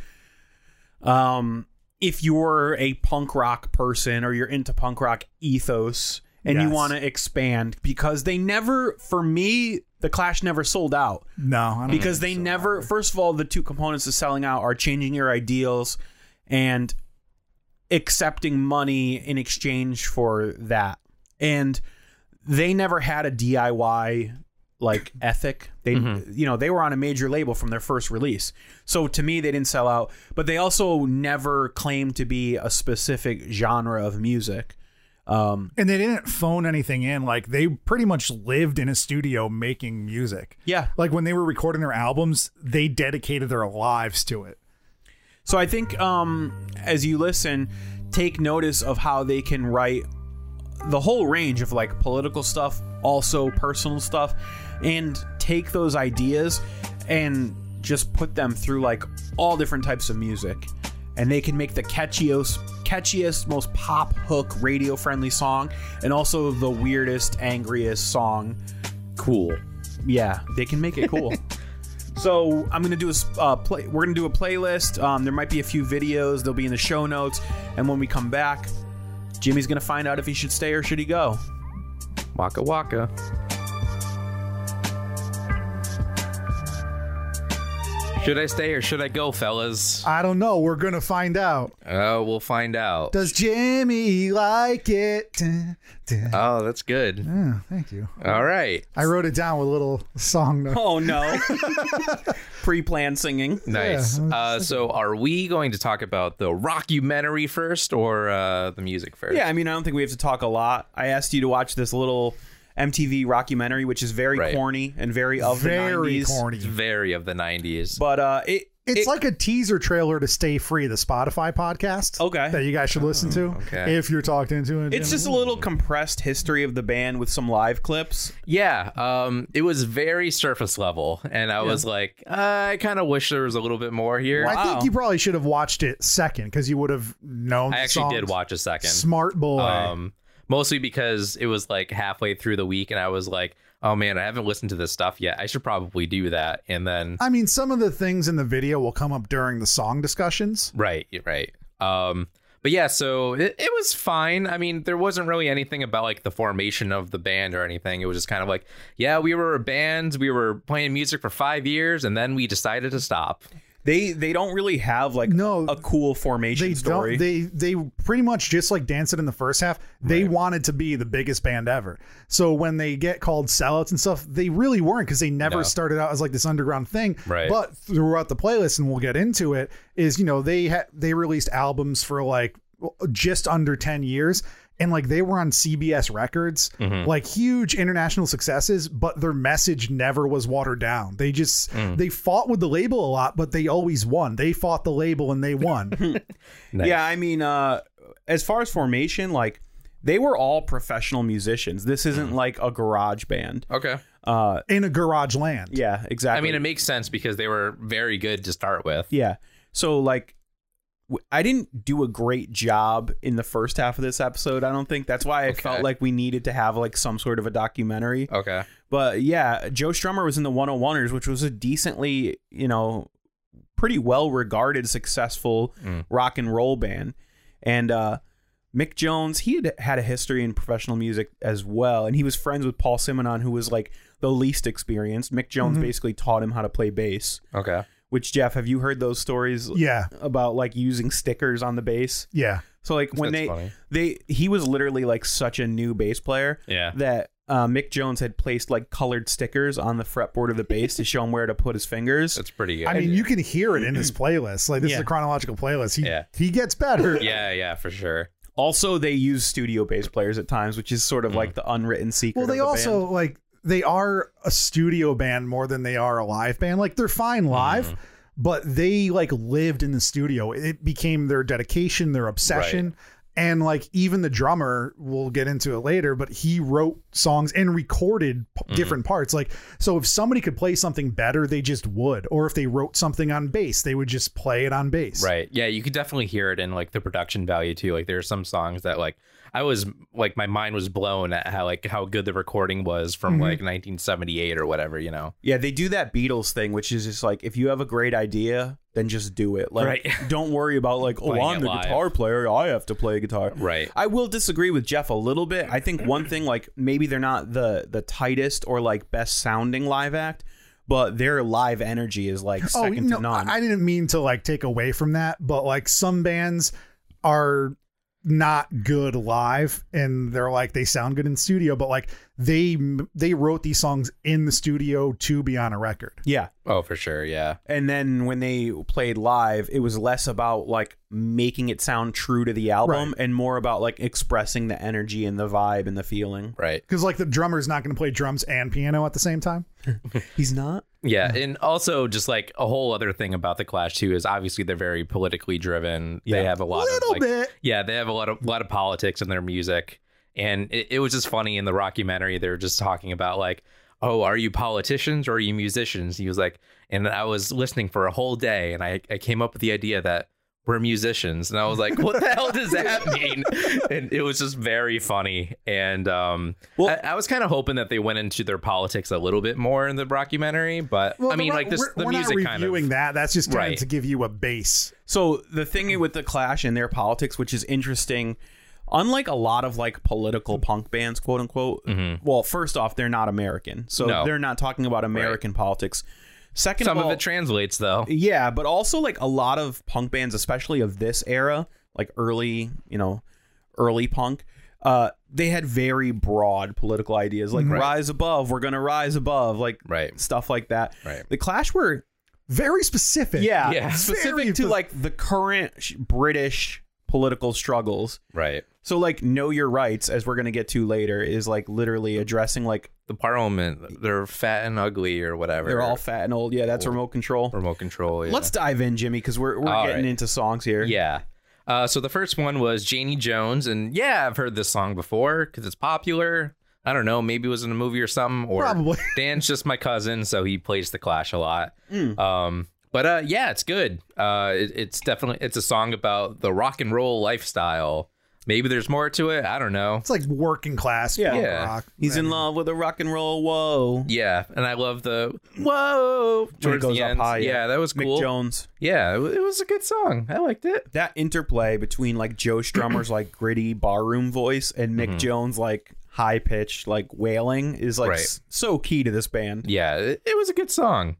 S1: Um, if you're a punk rock person or you're into punk rock ethos and you
S2: Yes.
S1: want to expand because they never for me the clash never sold out
S2: No, I don't
S1: because they never first of all the two components of selling out are changing your ideals and accepting money in exchange for that and they never had a DIY like ethic they you know they were on a major label from their first release so to me they didn't sell out but they also never claimed to be a specific genre of music um
S2: and they didn't phone anything in. Like they pretty much lived in a studio making music.
S1: yeah
S2: Like when they were recording their albums, they dedicated their lives to it.
S1: So I think um, as you listen, take notice of how they can write the whole range of like political stuff, also personal stuff, and take those ideas and just put them through like all different types of music. And they can make the catchiest, catchiest, most pop hook, radio friendly song, and also the weirdest, angriest song
S3: Cool.
S1: yeah, they can make it cool. so I'm gonna do a s- uh, play. We're gonna do a playlist. Um, there might be a few videos. They'll be in the show notes. And when we come back, Jimmy's gonna find out if he should stay or should he go.
S3: Waka waka. Should I stay or should I go, fellas?
S2: I don't know. We're gonna find out.
S3: Oh, we'll find out.
S2: Does Jimmy like it? Dun, dun.
S3: Oh, that's good.
S2: Oh, thank you.
S3: All right.
S2: I wrote it down with a little song note.
S1: Oh no! Pre-planned singing.
S3: Nice.
S2: Yeah.
S3: Uh, so, are we going to talk about the rockumentary first or uh, the music first?
S1: Yeah, I mean, I don't think we have to talk a lot. I asked you to watch this little MTV rockumentary, which is very
S3: Right.
S1: corny and very of
S2: Very
S1: the 90s.
S2: corny.
S3: It's very of the 90s.
S1: But uh, it
S2: It's
S1: it-
S2: like a teaser trailer to Stay Free, the Spotify podcast.
S1: Okay. Oh,
S2: That you guys should listen to
S3: okay.
S2: if you're talked into it.
S1: it's just a little compressed history of the band with some live clips.
S3: yeah, um, it was very surface level. And I was like, I kind of wish there was a little bit more here.
S2: I
S1: Wow.
S2: think you probably should have watched it second because you would have known.
S3: I
S2: the
S3: actually did
S2: songs.
S3: watch a second.
S2: Smart boy.
S3: Um, mostly because it was like halfway through the week and I was like, oh man, I haven't listened to this stuff yet. I should probably do that. And then,
S2: I mean, some of the things in the video will come up during the song discussions.
S3: right, right. Um, but yeah, so it, it was fine. I mean, there wasn't really anything about like the formation of the band or anything. It was just kind of like, yeah, we were a band, we were playing music for five years, and then we decided to stop.
S1: They they don't really have like
S2: No,
S1: a cool formation
S2: They
S1: story.
S2: don't. They they pretty much just like Dance It in the first half. They wanted to be the biggest band ever. So when they get called sellouts and stuff, they really weren't because they never
S3: No.
S2: started out as like this underground thing.
S3: Right.
S2: But throughout the playlist, and we'll get into it, is you know they ha- they released albums for like just under ten years. And like they were on CBS Records,
S3: Mm-hmm.
S2: like huge international successes, but their message never was watered down. They just
S3: Mm.
S2: they fought with the label a lot, but they always won. They fought the label and they won.
S1: Yeah, I mean, uh, as far as formation, like they were all professional musicians. This isn't
S3: Mm-hmm.
S1: like a garage band.
S3: Okay.
S2: in a garage land.
S1: Yeah, exactly.
S3: I mean, it makes sense because they were very good to start with.
S1: yeah. So like, w- I didn't do a great job in the first half of this episode. I don't think that's why I
S3: Okay.
S1: felt like we needed to have like some sort of a documentary.
S3: Okay.
S1: But yeah, Joe Strummer was in the 101ers, which was a decently, you know, pretty well regarded, successful rock and roll band. And uh, Mick Jones, he had had a history in professional music as well. And he was friends with Paul Simonon, who was like the least experienced. Mick Jones basically taught him how to play bass,
S3: Okay.
S1: which, Jeff, have you heard those stories
S2: Yeah.
S1: about like using stickers on the bass?
S2: Yeah.
S1: So like when
S3: That's
S1: they
S3: funny.
S1: they he was literally like such a new bass player
S3: Yeah.
S1: that uh, Mick Jones had placed like colored stickers on the fretboard of the bass to show him where to put his fingers.
S3: That's pretty good.
S2: I mean, you can hear it in this playlist. Like this is
S1: Yeah.
S2: a chronological playlist. He
S3: Yeah.
S2: he gets better.
S3: yeah, yeah, for sure.
S1: Also, they use studio bass players at times, which is sort
S3: Mm.
S1: of like the unwritten secret.
S2: Well,
S1: of
S2: they
S1: the
S2: also
S1: band.
S2: like they are a studio band more than they are a live band. Like they're fine live,
S1: Mm-hmm.
S2: but they like lived in the studio. It became their dedication, their obsession. And like even the drummer, we'll get into it later, but he wrote songs and recorded p-
S1: Mm-hmm.
S2: different parts. Like so, if somebody could play something better, they just would. Or if they wrote something on bass, they would just play it on bass.
S3: Right. Yeah, you could definitely hear it in like the production value too. Like there are some songs that like I was like my mind was blown at how like how good the recording was from
S2: Mm-hmm.
S3: like 1978 or whatever, you know.
S1: yeah, they do that Beatles thing, which is just like if you have a great idea, then just do it. Like,
S3: Right.
S1: don't worry about like, oh,
S3: Playing
S1: I'm
S3: it
S1: the
S3: live.
S1: guitar player. I have to play guitar.
S3: Right.
S1: I will disagree with Jeff a little bit. I think one thing, like, maybe they're not the the tightest or like best sounding live act, but their live energy is like
S2: Oh,
S1: second
S2: no,
S1: to none.
S2: I I didn't mean to like take away from that, but like some bands are not good live and they're like they sound good in studio, but like they they wrote these songs in the studio to be on a record.
S1: yeah.
S3: Oh, for sure. Yeah.
S1: And then when they played live, it was less about like making it sound true to the album and more about like expressing the energy and the vibe and the feeling.
S3: Right.
S2: Because like the drummer's not going to play drums and piano at the same time.
S1: He's not.
S3: Yeah,
S2: Mm-hmm.
S3: and also just like a whole other thing about the Clash too is obviously they're very politically driven.
S1: Yeah.
S3: They have a lot
S2: Little
S3: of like,
S2: bit.
S3: yeah, they have a lot of lot of politics in their music, and it, it was just funny in the documentary they were just talking about like, oh, are you politicians or are you musicians? He was like, and I was listening for a whole day, and I I came up with the idea that. We're musicians, and I was like, "What the hell does that mean?" And it was just very funny. And um,
S1: Well-
S3: I, I was kind of hoping that they went into their politics a little bit more in the documentary, but I
S2: Well,
S3: mean,
S2: we're-
S3: like this,
S2: we're,
S3: the
S2: we're
S3: music
S2: not
S3: kind
S2: reviewing
S3: of.
S2: that. That's just trying
S3: Right.
S2: to give you a base.
S1: So the thing with the Clash and their politics, which is interesting, unlike a lot of like political punk bands, quote unquote. Well, first off, they're not American, so
S3: Mm-hmm. No.
S1: they're not talking about American politics. Second,
S3: Some
S1: of, all,
S3: of it translates though.
S1: yeah, but also like a lot of punk bands, especially of this era, like early, you know, early punk, uh, they had very broad political ideas like rise above, we're gonna rise above, like
S3: Right.
S1: stuff like that.
S3: Right.
S1: The Clash were
S2: Very specific.
S1: yeah,
S3: Yeah.
S2: Very
S1: specific to
S2: pos-
S1: like the current sh- British political struggles.
S3: Right.
S1: So like know your rights as we're going to get to later is like literally addressing like
S3: The parliament, they're fat and ugly or whatever.
S1: they're all fat and old. Yeah, that's remote control.
S3: remote control. yeah.
S1: Let's dive in, Jimmy, cuz we're we're
S3: All
S1: getting
S3: right.
S1: into songs here.
S3: Yeah. Uh, so the first one was Janie Jones, and yeah, I've heard this song before because it's popular. I don't know, maybe it was in a movie or something. Or
S2: Probably.
S3: Dan's just my cousin, so he plays the Clash a lot.
S1: Mm.
S3: Um, but uh, yeah, it's good. Uh, it, it's definitely it's a song about the rock and roll lifestyle. Maybe there's more to it. I don't know.
S2: It's like working class
S1: Yeah.
S2: punk
S3: Yeah.
S2: rock.
S1: He's in love with a rock and roll. Whoa.
S3: Yeah, and I love the whoa towards
S1: goes
S3: the
S1: up
S3: end.
S1: high, yeah.
S3: yeah. that was
S1: Mick
S3: cool.
S1: Jones.
S3: Yeah, it wa- it was a good song. I liked it.
S1: That interplay between like Joe Strummer's like gritty barroom voice and
S3: Mm-hmm.
S1: Mick Jones like high pitched like wailing is like
S3: Right.
S1: s- so key to this band.
S3: Yeah, it, it was a good song.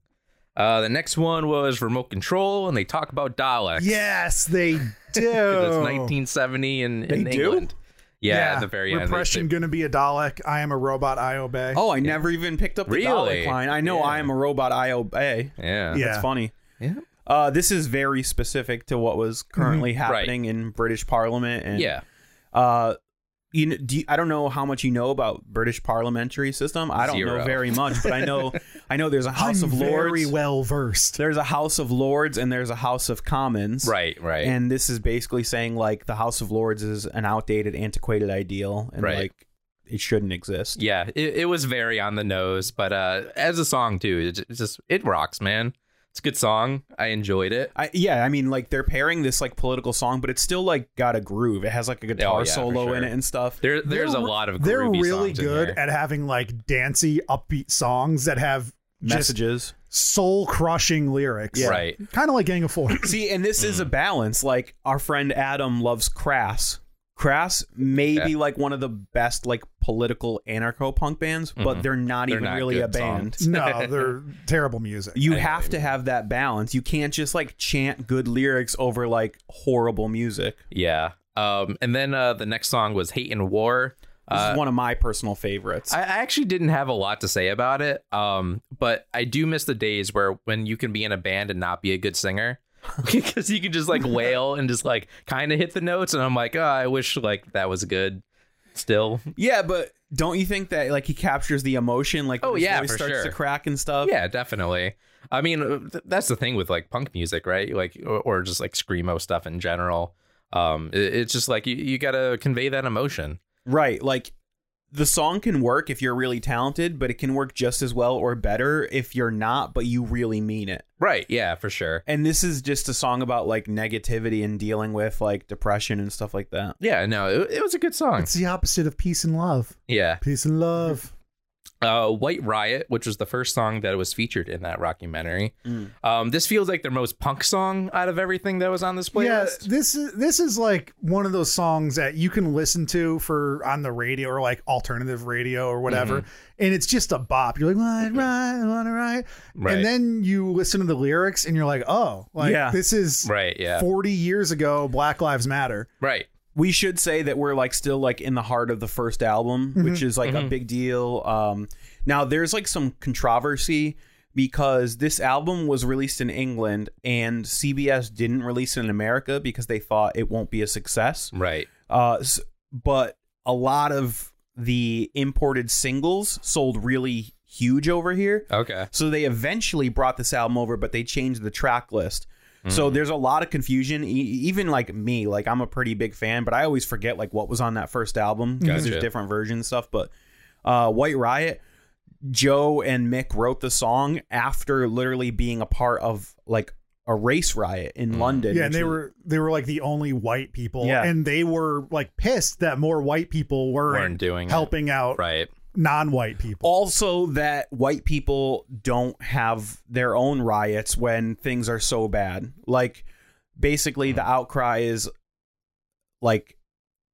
S3: Uh, the next one was Remote Control, and they talk about Daleks.
S2: Yes, they do.
S3: That's 1970 in, in
S1: They do?
S3: England. Yeah, at the very end. they-
S2: Repression
S3: they-
S2: gonna be a Dalek. I am a robot. I obey.
S1: Oh, I never even picked up the
S3: Really?
S1: Dalek line. I know
S3: Yeah.
S1: I am a robot. I obey.
S3: yeah.
S2: Yeah.
S1: That's funny.
S3: Yeah.
S1: Uh, this is very specific to what was
S2: Mm-hmm.
S1: currently
S3: Right.
S1: happening in British Parliament. And,
S3: Yeah.
S1: Uh, you, kn- do you- I don't know how much you know about British parliamentary system. I don't know
S3: Zero.
S1: very much, but I know I know there's a House
S2: I'm
S1: of Lords.
S2: very well versed.
S1: there's a House of Lords and there's a House of Commons.
S3: Right, right.
S1: And this is basically saying like the House of Lords is an outdated, antiquated ideal, and
S3: Right.
S1: like it shouldn't exist.
S3: yeah, it, it was very on the nose, but uh, as a song, too, it, j- it's just, it rocks, man. It's a good song. I enjoyed it.
S1: I, yeah, I mean, like they're pairing this like political song, but it's still like got a groove. It has like a guitar
S3: Oh, yeah, for
S1: solo in
S3: sure.
S1: it and stuff.
S3: There, there's
S2: They're-
S3: a lot of
S2: They're
S3: groovy
S2: really
S3: songs in
S2: good
S3: there.
S2: at having like dancey, upbeat songs that have just
S1: Messages.
S2: soul crushing lyrics.
S1: Yeah.
S3: Right.
S2: Kind of like Gang of Four.
S1: See, and this
S3: Mm-hmm.
S1: is a balance. Like our friend Adam loves Crass. Crass may be like one of the best like political anarcho punk bands, but they're not
S3: Mm-hmm. They're
S1: even
S3: not
S1: really a
S3: good
S1: band.
S2: no, they're terrible music.
S1: You have to have that balance. You can't just like chant good lyrics over like horrible music.
S3: Yeah. Um, and then uh, the next song was Hate and War.
S1: This
S3: Uh,
S1: is one of my personal favorites.
S3: I I actually didn't have a lot to say about it, um, but I do miss the days where when you can be in a band and not be a good singer, because you can just like wail and just like kind of hit the notes, and I'm like, oh, I wish like that was good. Still,
S1: yeah, but don't you think that like he captures the emotion? Like,
S3: Oh,
S1: when his
S3: yeah,
S1: voice
S3: for
S1: starts
S3: sure.
S1: to crack and stuff.
S3: yeah, definitely. I mean, uh, th- that's the thing with like punk music, right? Like, or, or just like screamo stuff in general. Um, it- it's just like you, you gotta convey that emotion.
S1: Right. Like the song can work if you're really talented, but it can work just as well or better if you're not, but you really mean it.
S3: Right? Yeah, for sure.
S1: And this is just a song about like negativity and dealing with like depression and stuff like that.
S3: Yeah, no, it, it was a good song.
S2: It's the opposite of peace and love.
S3: Yeah,
S2: Peace and love.
S3: uh, White Riot, which was the first song that was featured in that rockumentary.
S1: Mm.
S3: Um, this feels like their most punk song out of everything that was on this
S2: Yeah,
S3: playlist.
S2: this is this is like one of those songs that you can listen to for on the radio or like alternative radio or whatever,
S3: Mm-hmm.
S2: and it's just a bop. You're like, right, right, right, right,
S3: Right.
S2: and then you listen to the lyrics and you're like, oh, like
S1: Yeah.
S2: this is
S3: Right, yeah.
S2: forty years ago. Black Lives Matter.
S3: Right.
S1: we should say that we're like still like in the heart of the first album, which is like a big deal. Um, now there's like some controversy because this album was released in England and CBS didn't release it in America because they thought it won't be a success.
S3: Right.
S1: Uh, s- but a lot of the imported singles sold really huge over here.
S3: Okay.
S1: So they eventually brought this album over, but they changed the track list. So there's a lot of confusion. E- even like me, like I'm a pretty big fan, but I always forget like what was on that first album because
S3: Gotcha.
S1: there's different versions and stuff. But uh, White Riot, Joe and Mick wrote the song after literally being a part of like a race riot in London.
S2: Yeah, and
S1: which
S2: they
S1: was-
S2: were they were like the only white people,
S1: Yeah.
S2: and they were like pissed that more white people weren't,
S3: Weren't doing it.
S2: helping out
S3: Right.
S2: non-white people.
S1: also that white people don't have their own riots when things are so bad. Like basically
S3: Mm-hmm.
S1: the outcry is like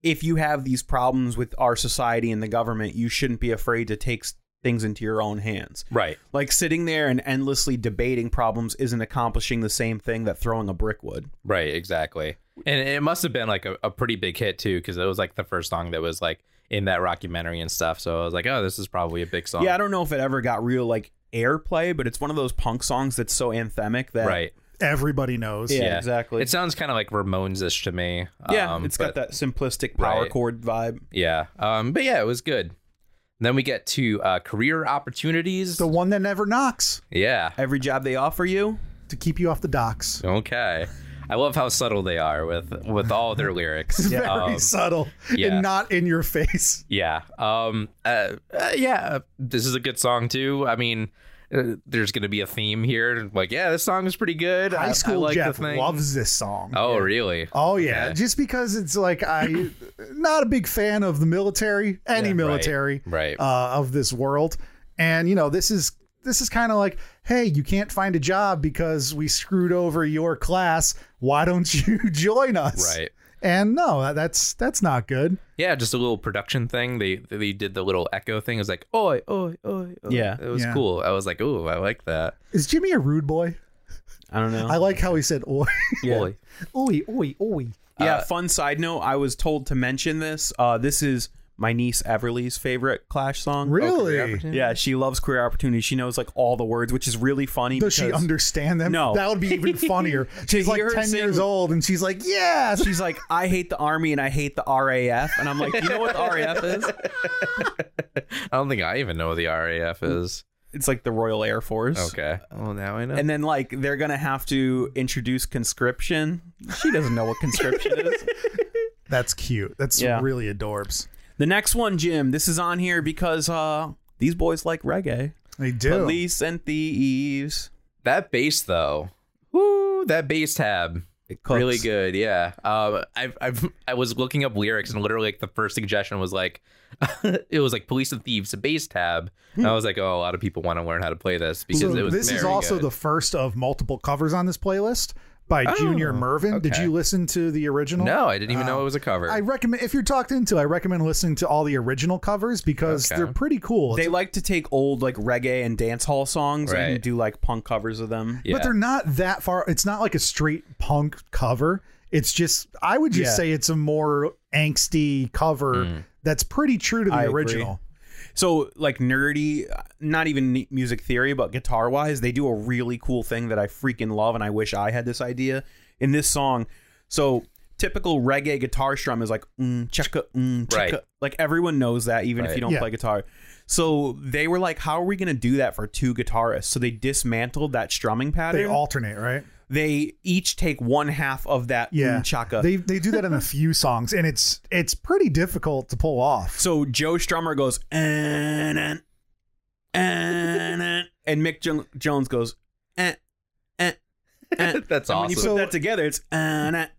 S1: if you have these problems with our society and the government, you shouldn't be afraid to take s- things into your own hands.
S3: Right.
S1: Like sitting there and endlessly debating problems isn't accomplishing the same thing that throwing a brick would.
S3: Right, exactly. And it must have been like a, a pretty big hit too, because it was like the first song that was like in that rockumentary and stuff. So I was like, oh, this is probably a big song.
S1: Yeah, I don't know if it ever got real like airplay, but it's one of those punk songs that's so anthemic that
S3: right.
S2: Everybody knows.
S1: Yeah, exactly.
S3: It sounds kind of like Ramones ish to me.
S1: Yeah,
S3: um,
S1: it's got
S3: but-
S1: that simplistic power
S3: Right.
S1: chord vibe.
S3: Yeah. Um, but yeah, it was good. And then we get to uh, career opportunities.
S2: The one that never knocks
S3: yeah.
S1: Every job they offer you,
S2: to keep you off the docks.
S3: Okay. I love how subtle they are with with all their lyrics.
S2: Very
S3: Um,
S2: subtle
S3: yeah.
S2: and not in your face.
S3: Yeah. Um. Uh, uh, yeah. This is a good song too. I mean, uh, there's gonna be a theme here. Like, yeah, this song is pretty good. I- I
S2: High school
S3: like
S2: Jeff
S3: the thing.
S2: loves this song.
S3: Oh, really?
S2: Oh yeah,
S3: Okay.
S2: just because it's like I not a big fan of the military, any military
S3: right.
S2: Uh, of this world, and you know this is this is kind of like, hey, you can't find a job because we screwed over your class. Why don't you join us?
S3: Right.
S2: And no, that- that's that's not good.
S3: Yeah, just a little production thing. They they did the little echo thing. It was like, oi, oi, oi. oi.
S1: Yeah.
S3: It was
S2: Yeah.
S3: cool. I was like, ooh, I like that.
S2: Is Jimmy a rude boy?
S1: I don't
S3: Uh,
S1: know.
S2: I like how he said oi,
S1: Yeah.
S3: Oi.
S2: oi, oi, oi.
S1: yeah,
S3: Uh,
S1: fun side note, I was told to mention this. Uh, this is my niece Everly's favorite Clash song. Oh,
S2: Really?
S1: Yeah, she loves Career Opportunity. She knows like all the words, which is really funny.
S2: Does she
S1: because
S2: understand them?
S1: No.
S2: That would be even funnier. she's like
S1: hear her
S2: 10 years
S1: sing-
S2: old and she's like, yeah.
S1: She's like, I hate the army and I hate the RAF, and I'm like, you know what the RAF is?
S3: I don't think I even know what the RAF is.
S1: It's like the Royal Air Force.
S3: Okay.
S2: Oh,
S3: Well, now I know.
S1: And then like they're gonna have to introduce conscription. She doesn't know what conscription is.
S2: That's cute. That's
S1: Yeah.
S2: really adorbs.
S1: The next one, Jim. This is on here because uh, these boys like reggae.
S2: They do.
S1: Police and thieves.
S3: That bass though, woo! That bass tab,
S1: It cooks.
S3: really good. Yeah. Um, I've, I've I was looking up lyrics and literally like the first suggestion was like, it was like police and thieves, a bass tab, and I was like, oh, a lot of people want to learn how to play this because
S2: So
S3: it was.
S2: this is
S3: very
S2: also
S3: good.
S2: the first of multiple covers on this playlist by
S1: Oh,
S2: Junior Mervin. Did
S3: okay.
S2: you listen to the original?
S3: No, I didn't even know it was a cover.
S2: I recommend if you're talked into, I recommend listening to all the original covers because
S3: Okay.
S2: they're pretty cool.
S1: They like to take old like reggae and dance hall songs
S3: Right.
S1: and do like punk covers of them.
S3: yeah.
S2: But they're not that far. It's not like a straight punk cover. It's just I would just
S1: Yeah.
S2: say it's a more angsty cover
S3: Mm.
S2: that's pretty true to the
S1: I agree.
S2: original.
S1: So like nerdy, not even ne- music theory, but guitar wise, they do a really cool thing that I freaking love, and I wish I had this idea in this song. So typical reggae guitar strum is like mm, chaka mm, chaka.
S3: Right.
S1: Like everyone knows that, even if
S3: Right.
S1: you don't
S2: Yeah.
S1: play guitar. So they were like, "How are we going to do that for two guitarists?" So they dismantled that strumming pattern.
S2: They alternate, right?
S1: they each take one half of that
S2: Yeah.
S1: mm, chaka.
S2: They they do that in a few songs and it's it's pretty difficult to pull off.
S1: So Joe Strummer goes "Eh, and and and eh," and Mick jo- Jones goes "Eh, and and and.
S3: That's
S1: eh." When you "Eh,
S3: awesome.
S1: put that together, it's and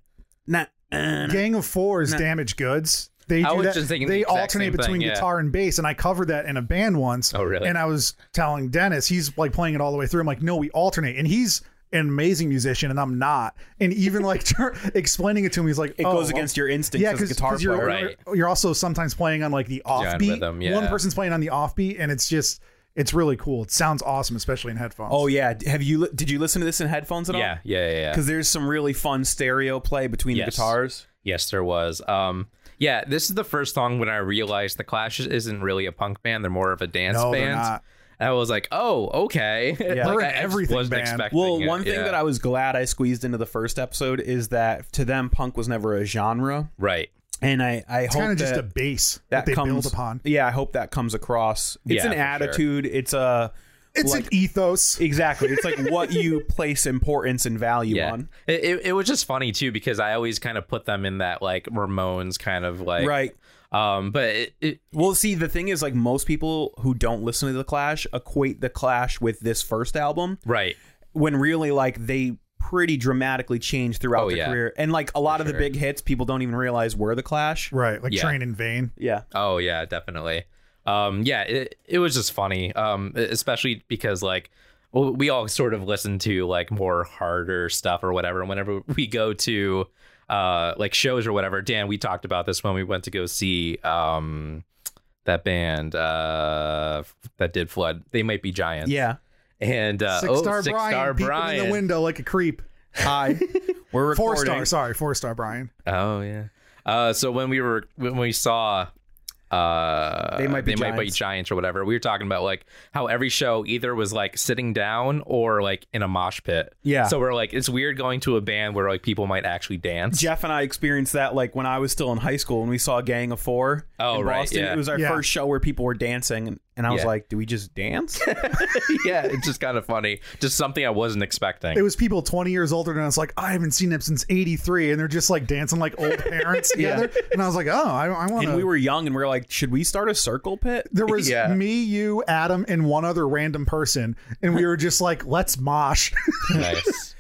S1: and
S2: Gang of Fours,
S1: Nah.
S2: Damaged Goods. They
S3: I
S2: do
S3: was
S2: that.
S3: just thinking the
S2: they
S3: exact
S2: alternate
S3: same thing,
S2: between
S3: yeah.
S2: guitar and bass, and I covered that in a band once.
S3: Oh, really?
S2: And I was telling Dennis, he's like playing it all the way through. I'm like, no, we alternate, and he's an amazing musician, and I'm not. And even like explaining it to him, he's like,
S1: It
S2: oh,
S1: goes
S2: well-
S1: against your instincts as a guitar
S2: you're,
S1: player.
S3: Right.
S2: you're- you're also sometimes playing on like the offbeat.
S3: rhythm, yeah.
S2: One person's playing on the offbeat, and it's just it's really cool. It sounds awesome, especially in headphones.
S1: Oh yeah, have you li- did you listen to this in headphones at all?
S3: Yeah, yeah, yeah. yeah.
S1: Because there's some really fun stereo play between the
S3: Yes.
S1: guitars.
S3: Yes, there was. Um, yeah, this is the first song when I realized the Clash isn't really a punk band; they're more of a dance
S2: No, they're
S3: band.
S2: not.
S3: I was like, oh, okay. Yeah,
S2: They're an everything
S3: wasn't
S2: band.
S3: expecting
S1: Well,
S3: it,
S1: one thing
S3: yeah.
S1: that I was glad I squeezed into the first episode is that to them, punk was never a genre,
S3: right,
S1: and I I
S2: it's
S1: hope
S2: kind of
S1: that
S2: just a base that,
S1: that
S2: they
S1: comes
S2: build upon.
S1: Yeah, I hope that comes across. It's
S3: Yeah,
S1: an
S3: for sure.
S1: attitude. It's a
S2: It's an ethos.
S1: exactly. It's like what you place importance and value
S3: yeah.
S1: on.
S3: It, it, it was just funny too because I always kind of put them in that like Ramones kind of like
S1: Right.
S3: Um, but it, it,
S1: Well, see, the thing is, like most people who don't listen to the Clash equate the Clash with this first album,
S3: right,
S1: when really like they pretty dramatically changed throughout
S3: Oh,
S1: their
S3: yeah.
S1: career, and like a lot of the big hits, people don't even realize were the Clash.
S2: Right, like
S3: Yeah.
S2: train in vain.
S1: Yeah,
S3: Oh yeah, definitely. Um, yeah, it, it was just funny. Um, especially because like w- we all sort of listen to like more harder stuff or whatever. And whenever we go to uh like shows or whatever, Dan, we talked about this when we went to go see um that band uh that did flood. They might be giants.
S1: yeah.
S3: And uh,
S2: Six
S3: oh,
S2: star
S3: Six
S2: Brian
S3: Star
S2: peeping in
S3: Brian.
S2: the window like a creep.
S1: Hi, we're recording.
S2: Four star, sorry, four star Brian.
S3: Oh yeah. Uh, so when we were when we saw, uh,
S1: They Might Be Giants.
S3: giants or whatever, we were talking about like how every show either was like sitting down or like in a mosh pit.
S1: Yeah.
S3: So we're like, it's weird going to a band where like people might actually dance.
S1: Jeff and I experienced that like when I was still in high school and we saw a gang of four
S3: Oh,
S1: in
S3: right,
S1: Boston.
S3: yeah.
S1: It was our
S2: Yeah.
S1: first show where people were dancing, and, and I was
S3: Yeah.
S1: like, "Do we just dance?"
S3: yeah, it's just kind of funny. Just something I wasn't expecting.
S2: It was people 20 years older than us, like, I haven't seen them since 83. And they're just like dancing like old parents together. And I was like, oh, I, I want
S1: and
S2: to.
S1: we were young, and we were like, "Should we start a circle pit?"
S2: there was
S3: Yeah.
S2: me, you, Adam, and one other random person. And we were just like, let's mosh.
S3: nice.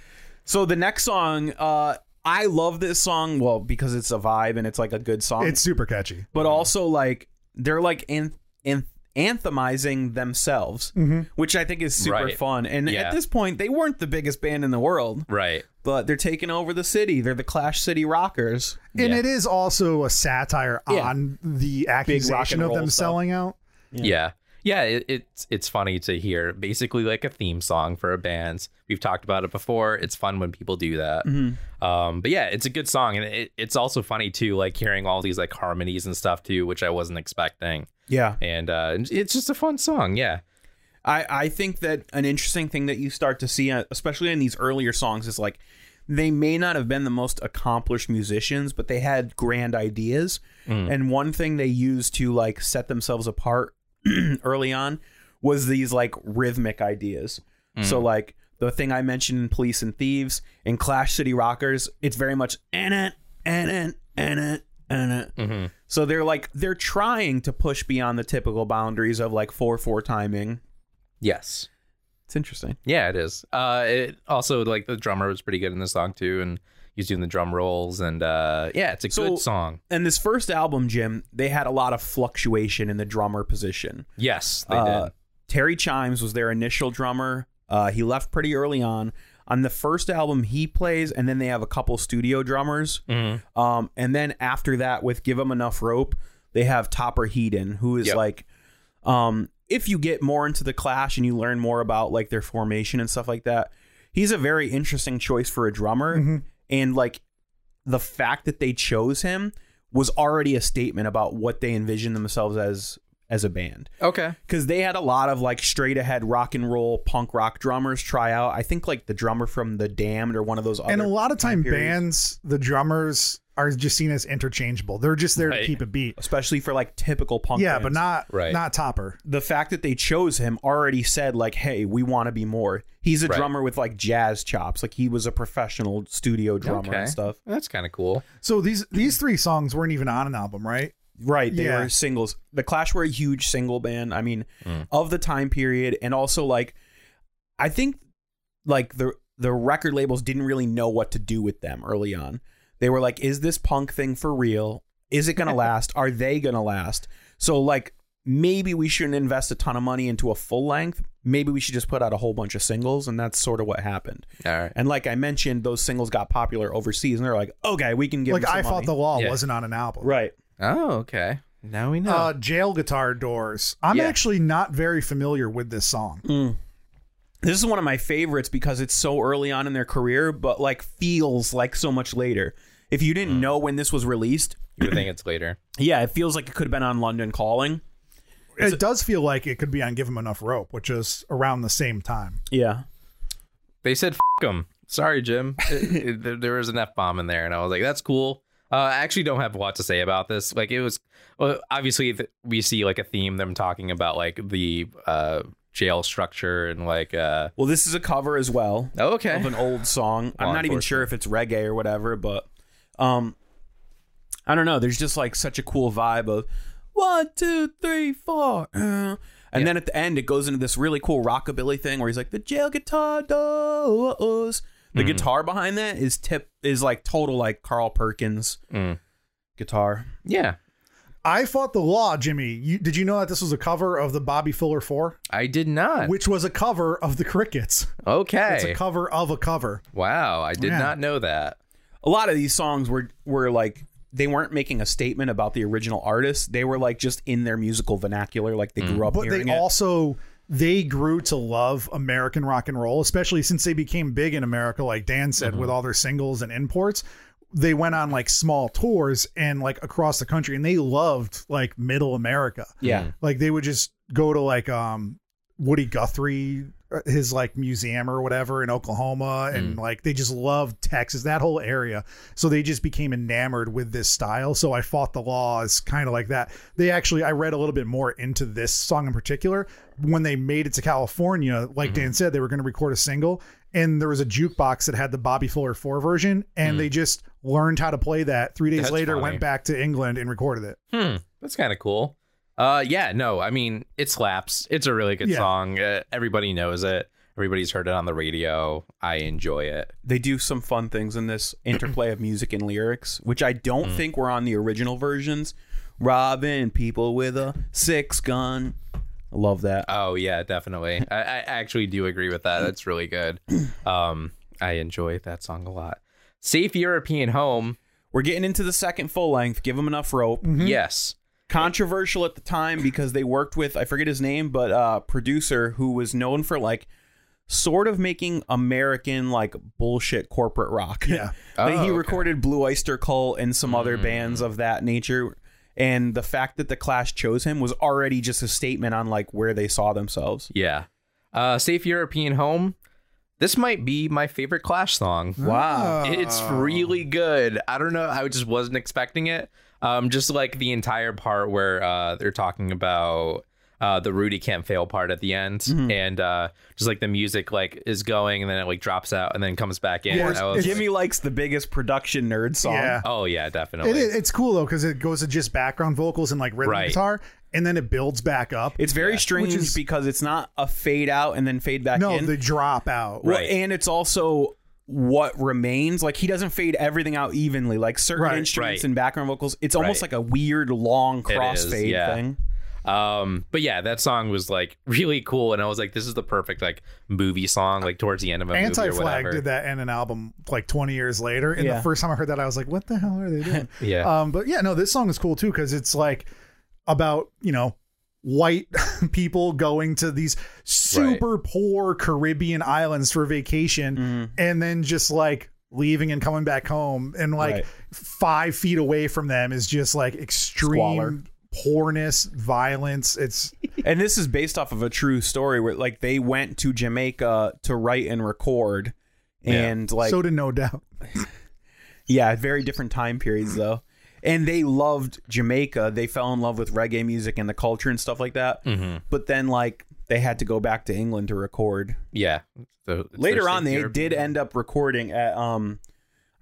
S1: So the next song, uh, I love this song. Well, because it's a vibe and it's like a good song.
S2: it's super catchy.
S1: but also like they're like an an- anthemizing themselves,
S2: Mm-hmm.
S1: which I think is super
S3: Right.
S1: fun. And
S3: Yeah.
S1: at this point, they weren't the biggest band in the world,
S3: Right.
S1: but they're taking over the city. They're the Clash City Rockers.
S2: And
S3: Yeah.
S2: it is also a satire
S1: Yeah.
S2: on the accusation of
S1: roll
S2: them
S1: stuff.
S2: selling out.
S3: Yeah. Yeah, it, it's it's funny to hear basically like a theme song for a band. We've talked about it before. It's fun when people do that. Um, but yeah, it's a good song, and it, it's also funny too, like hearing all these like harmonies and stuff too, which I wasn't expecting.
S1: Yeah,
S3: And uh, it's just a fun song. Yeah,
S1: I, I think that an interesting thing that you start to see, uh, especially in these earlier songs, is like they may not have been the most accomplished musicians, but they had grand ideas. And one thing they used to like set themselves apart early on was these like rhythmic ideas. So like the thing I mentioned in Police and Thieves in Clash City Rockers, it's very much and it and it and it and it. So they're like they're trying to push beyond the typical boundaries of like four four timing.
S3: yes,
S1: It's interesting.
S3: yeah, it is. Uh, it also like the drummer was pretty good in the song too, and he's doing the drum rolls, and uh, yeah, it's a
S1: So-
S3: good song.
S1: And this first album, Jim, they had a lot of fluctuation in the drummer position.
S3: Yes, they
S1: Uh,
S3: did.
S1: Terry Chimes was their initial drummer. Uh, he left pretty early on. On the first album, he plays, and then they have a couple studio drummers. Um, and then after that, with Give 'Em Enough Rope, they have Topper Heaton, who is
S3: Yep.
S1: like, um, if you get more into the Clash and you learn more about like their formation and stuff like that, he's a very interesting choice for a drummer. And like the fact that they chose him was already a statement about what they envisioned themselves as as a band
S3: Okay,
S1: because they had a lot of like straight ahead rock and roll punk rock drummers try out. I think like the drummer from the Damned or one of those other.
S2: And a lot of time
S1: periods.
S2: bands, the drummers are just seen as interchangeable. They're just there to
S3: Right.
S2: keep a beat.
S1: especially for like typical punk.
S2: Yeah,
S1: bands.
S2: but not
S3: Right.
S2: not topper.
S1: the fact that they chose him already said like, hey, we want to be more. He's a
S3: Right.
S1: drummer with like jazz chops. Like he was a professional studio drummer
S3: okay,
S1: and stuff.
S3: That's kind of cool.
S2: So these these three songs weren't even on an album, right?
S1: Right, they
S2: Yeah.
S1: were singles. The Clash were a huge single band. I mean, of the time period, and also like, I think like the the record labels didn't really know what to do with them early on. They were like, "Is this punk thing for real?" Is it going to last? Are they going to last? So, like, maybe we shouldn't invest a ton of money into a full length. Maybe we should just put out a whole bunch of singles. And that's sort of what happened.
S3: All right.
S1: And like I mentioned, those singles got popular overseas. And they're like, okay, we can give
S2: Like
S1: them some
S2: I Fought
S1: money.
S2: the Law
S3: Yeah.
S2: wasn't on an album.
S1: Right.
S3: Oh, okay. Now we know.
S2: Uh, Jail Guitar Doors. I'm
S3: Yeah.
S2: actually not very familiar with this song.
S1: This is one of my favorites because it's so early on in their career, but like feels like so much later. If you didn't know when this was released,
S3: you would think it's later.
S1: yeah, it feels like it could have been on London Calling.
S2: It does feel like it could be on Give 'Em Enough Rope, which is around the same time.
S1: Yeah.
S3: They said, "F them." Sorry, Jim. It- it- there, there was an f bomb in there, and I was like, "That's cool." Uh, I actually don't have a lot to say about this. Like, it was well, obviously th- we see like a theme them talking about like the uh, jail structure and like uh,
S1: Well, this is a cover as well.
S3: okay,
S1: of an old song.
S3: Law
S1: I'm not even
S3: enforcement.
S1: sure if it's reggae or whatever, but um, I don't know. There's just like such a cool vibe of one, two, three, four, uh, and then at the end it goes into this really cool rockabilly thing where he's like the jail guitar doors.
S3: Mm-hmm.
S1: The guitar behind that is tip is like total like Carl Perkins
S3: Mm.
S1: guitar.
S3: yeah.
S2: I Fought the Law, Jimmy. You, did you know that this was a cover of the Bobby Fuller 4,
S3: I did not.
S2: which was a cover of the Crickets? It's a
S3: okay,
S2: cover of a cover.
S3: wow, I did
S2: Yeah.
S3: not know that.
S1: A lot of these songs were were like they weren't making a statement about the original artist. They were like just in their musical vernacular, like they
S3: Mm.
S1: grew up.
S2: But they
S1: hearing it.
S2: also they grew to love American rock and roll, especially since they became big in America, like Dan
S1: Mm-hmm.
S2: said, with all their singles and imports. They went on like small tours and like across the country, and they loved like middle America.
S3: Mm.
S1: yeah.
S2: Like they would just go to like um Woody Guthrie uh, his like museum or whatever in Oklahoma
S3: Mm.
S2: and like they just loved Texas that whole area so they just became enamored with this style so I fought the law is kind of like that they actually I read a little bit more into this song in particular when they made it to California like
S3: Mm-hmm.
S2: Dan said they were going to record a single and there was a jukebox that had the Bobby Fuller 4 version and they just learned how to play that 3 days
S3: Mm. That's
S2: later
S3: funny.
S2: went back to England and recorded it
S3: Hmm, that's kind of cool. Uh, yeah, no, I mean, it slaps. It's a really good
S2: Yeah.
S3: song. Uh, everybody knows it. Everybody's heard it on the radio. I enjoy it.
S1: they do some fun things in this interplay of music and lyrics, which I don't think were on the original versions. Robbing people with a six gun. I love that.
S3: Oh yeah, definitely. I, I actually do agree with that. That's really good. Um, I enjoy that song a lot. Safe European Home.
S1: We're getting into the second full length. Give them enough rope.
S3: Yes.
S1: Controversial at the time because they worked with I forget his name, but uh producer who was known for like sort of making American like bullshit corporate rock.
S2: Yeah.
S1: Like,
S3: Oh,
S1: he
S3: okay.
S1: recorded Blue Oyster Cult and some other bands of that nature. And the fact that the Clash chose him was already just a statement on like where they saw themselves.
S3: Yeah. Uh, Safe European Home. This might be my favorite Clash song.
S1: Wow.
S3: It's really good. I don't know. I just wasn't expecting it. Um, just like the entire part where uh, they're talking about uh, the Rudy can't fail part at the end,
S2: Mm-hmm.
S3: and uh, just like the music like is going, and then it like drops out, and then comes back in.
S2: Yeah, it's-
S3: I was
S1: Jimmy likes the biggest production nerd song.
S2: yeah
S3: like, oh yeah, definitely.
S2: It is, it's cool though because it goes to just background vocals and like rhythm
S3: Right.
S2: guitar, and then it builds back up.
S1: It's very strange
S2: is-
S1: because it's not a fade out and then fade back
S2: no,
S1: in.
S2: the drop out.
S1: Well,
S3: Right.
S1: And it's also what remains. Like he doesn't fade everything out evenly. Like certain
S2: Right,
S1: instruments
S3: right.
S1: and background vocals. It's almost like
S3: Right.
S1: a weird long
S3: is,
S1: crossfade
S3: yeah.
S1: thing.
S3: Um, but yeah, that song was like really cool, and I was like, this is the perfect like movie song, like towards the end of a
S2: Anti
S3: movie or
S2: Flag
S3: whatever.
S2: did that in an album like 20 years later. And
S1: Yeah.
S2: the first time I heard that, I was like, what the hell are they doing?
S3: Yeah.
S2: Um, but yeah, no, this song is cool too because it's like about, you know, white people going to these super poor Caribbean islands for vacation
S1: Mm-hmm.
S2: and then just like leaving and coming back home and like
S1: Right.
S2: five feet away from them is just like extreme
S1: Squalor.
S2: poorness, violence. It's
S1: and this is based off of a true story where like they went to Jamaica to write and record and like
S2: so to no doubt.
S1: yeah, very different time periods though. And they loved Jamaica. They fell in love with reggae music and the culture and stuff like that.
S3: Mm-hmm.
S1: But then like they had to go back to England to record.
S3: yeah. So it's
S1: Later
S3: their
S1: on they
S3: Safe European-
S1: did end up recording at um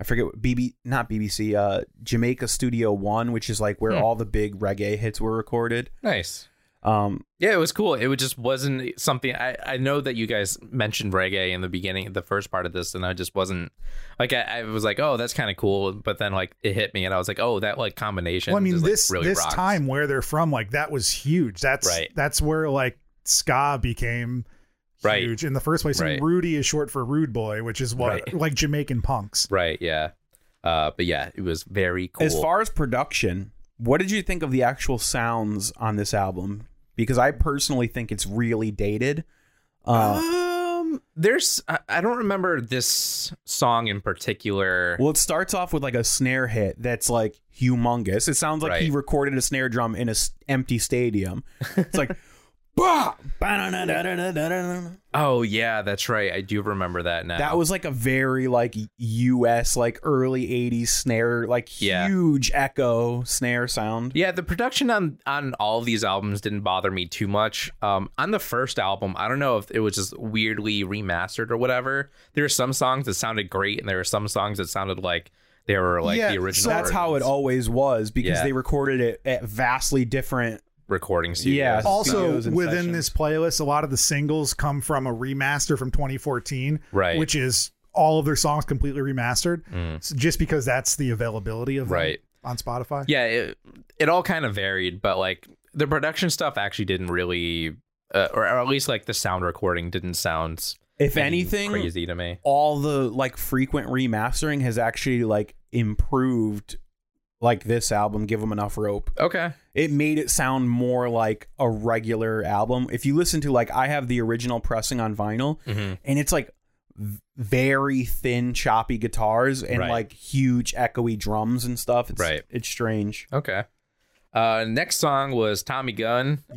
S1: I forget what BB not BBC uh Jamaica Studio 1 which is like where all the big reggae hits were recorded.
S3: nice.
S1: Um,
S3: Yeah, it was cool. It was just wasn't something I, I know that you guys mentioned reggae in the beginning, the first part of this, and I just wasn't like I, I was like, oh, that's kind of cool, but then like it hit me, and I was like, oh, that like combination.
S2: Well, I mean,
S3: just, like,
S2: this
S3: really
S2: this
S3: rocks.
S2: time where they're from, like that was huge. That's
S3: Right.
S2: That's where like ska became
S3: Right.
S2: huge in the first place.
S3: Right.
S2: And Rudy is short for rude boy, which is what
S3: Right.
S2: like Jamaican punks.
S3: right? Yeah, uh, but yeah, it was very cool.
S1: As far as production, what did you think of the actual sounds on this album? Because I personally think it's really dated. Uh,
S3: um, there's I, I don't remember this song in particular.
S1: well, it starts off with like a snare hit that's like humongous. It sounds like he
S3: Right.
S1: recorded a snare drum in an empty stadium. It's like, bah! Ba-na-na-na-na-na-na-na.
S3: oh yeah, that's right. I do remember that now.
S1: That was like a very like U.S. like early '80s snare, like
S3: Yeah.
S1: huge echo snare sound.
S3: Yeah, the production on on all of these albums didn't bother me too much. Um, on the first album, I don't know if it was just weirdly remastered or whatever. There were some songs that sounded great, and there were some songs that sounded like they were like
S2: Yeah,
S3: the
S2: so
S3: original.
S1: That's how it
S3: versions.
S1: always was because
S3: Yeah.
S1: they recorded it at vastly different.
S3: recording studios.
S1: Yeah.
S2: Also,
S1: Studios and
S2: within
S1: sessions.
S2: this playlist, a lot of the singles come from a remaster from 2014,
S3: Right. Mm.
S2: Which is all of their songs completely remastered, So just because that's the availability of them
S3: Right.
S2: on Spotify.
S3: yeah, it, it all kind of varied, but like the production stuff actually didn't really, uh, or, or at least like the sound recording didn't sound
S1: If anything,
S3: crazy to me.
S1: all the like frequent remastering has actually like improved like this album give them enough rope
S3: Okay,
S1: it made it sound more like a regular album if you listen to like i have the original pressing on vinyl
S3: Mm-hmm.
S1: and it's like v- very thin choppy guitars and
S3: Right.
S1: like huge echoey drums and stuff it's,
S3: Right.
S1: it's strange
S3: Okay. Uh, next song was Tommy Gunn. Uh,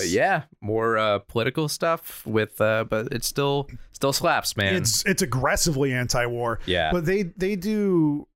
S2: Yes.
S3: yeah, more uh, political stuff with, uh, but it still still slaps, man.
S2: it's it's aggressively anti-war.
S3: Yeah.
S2: but they they do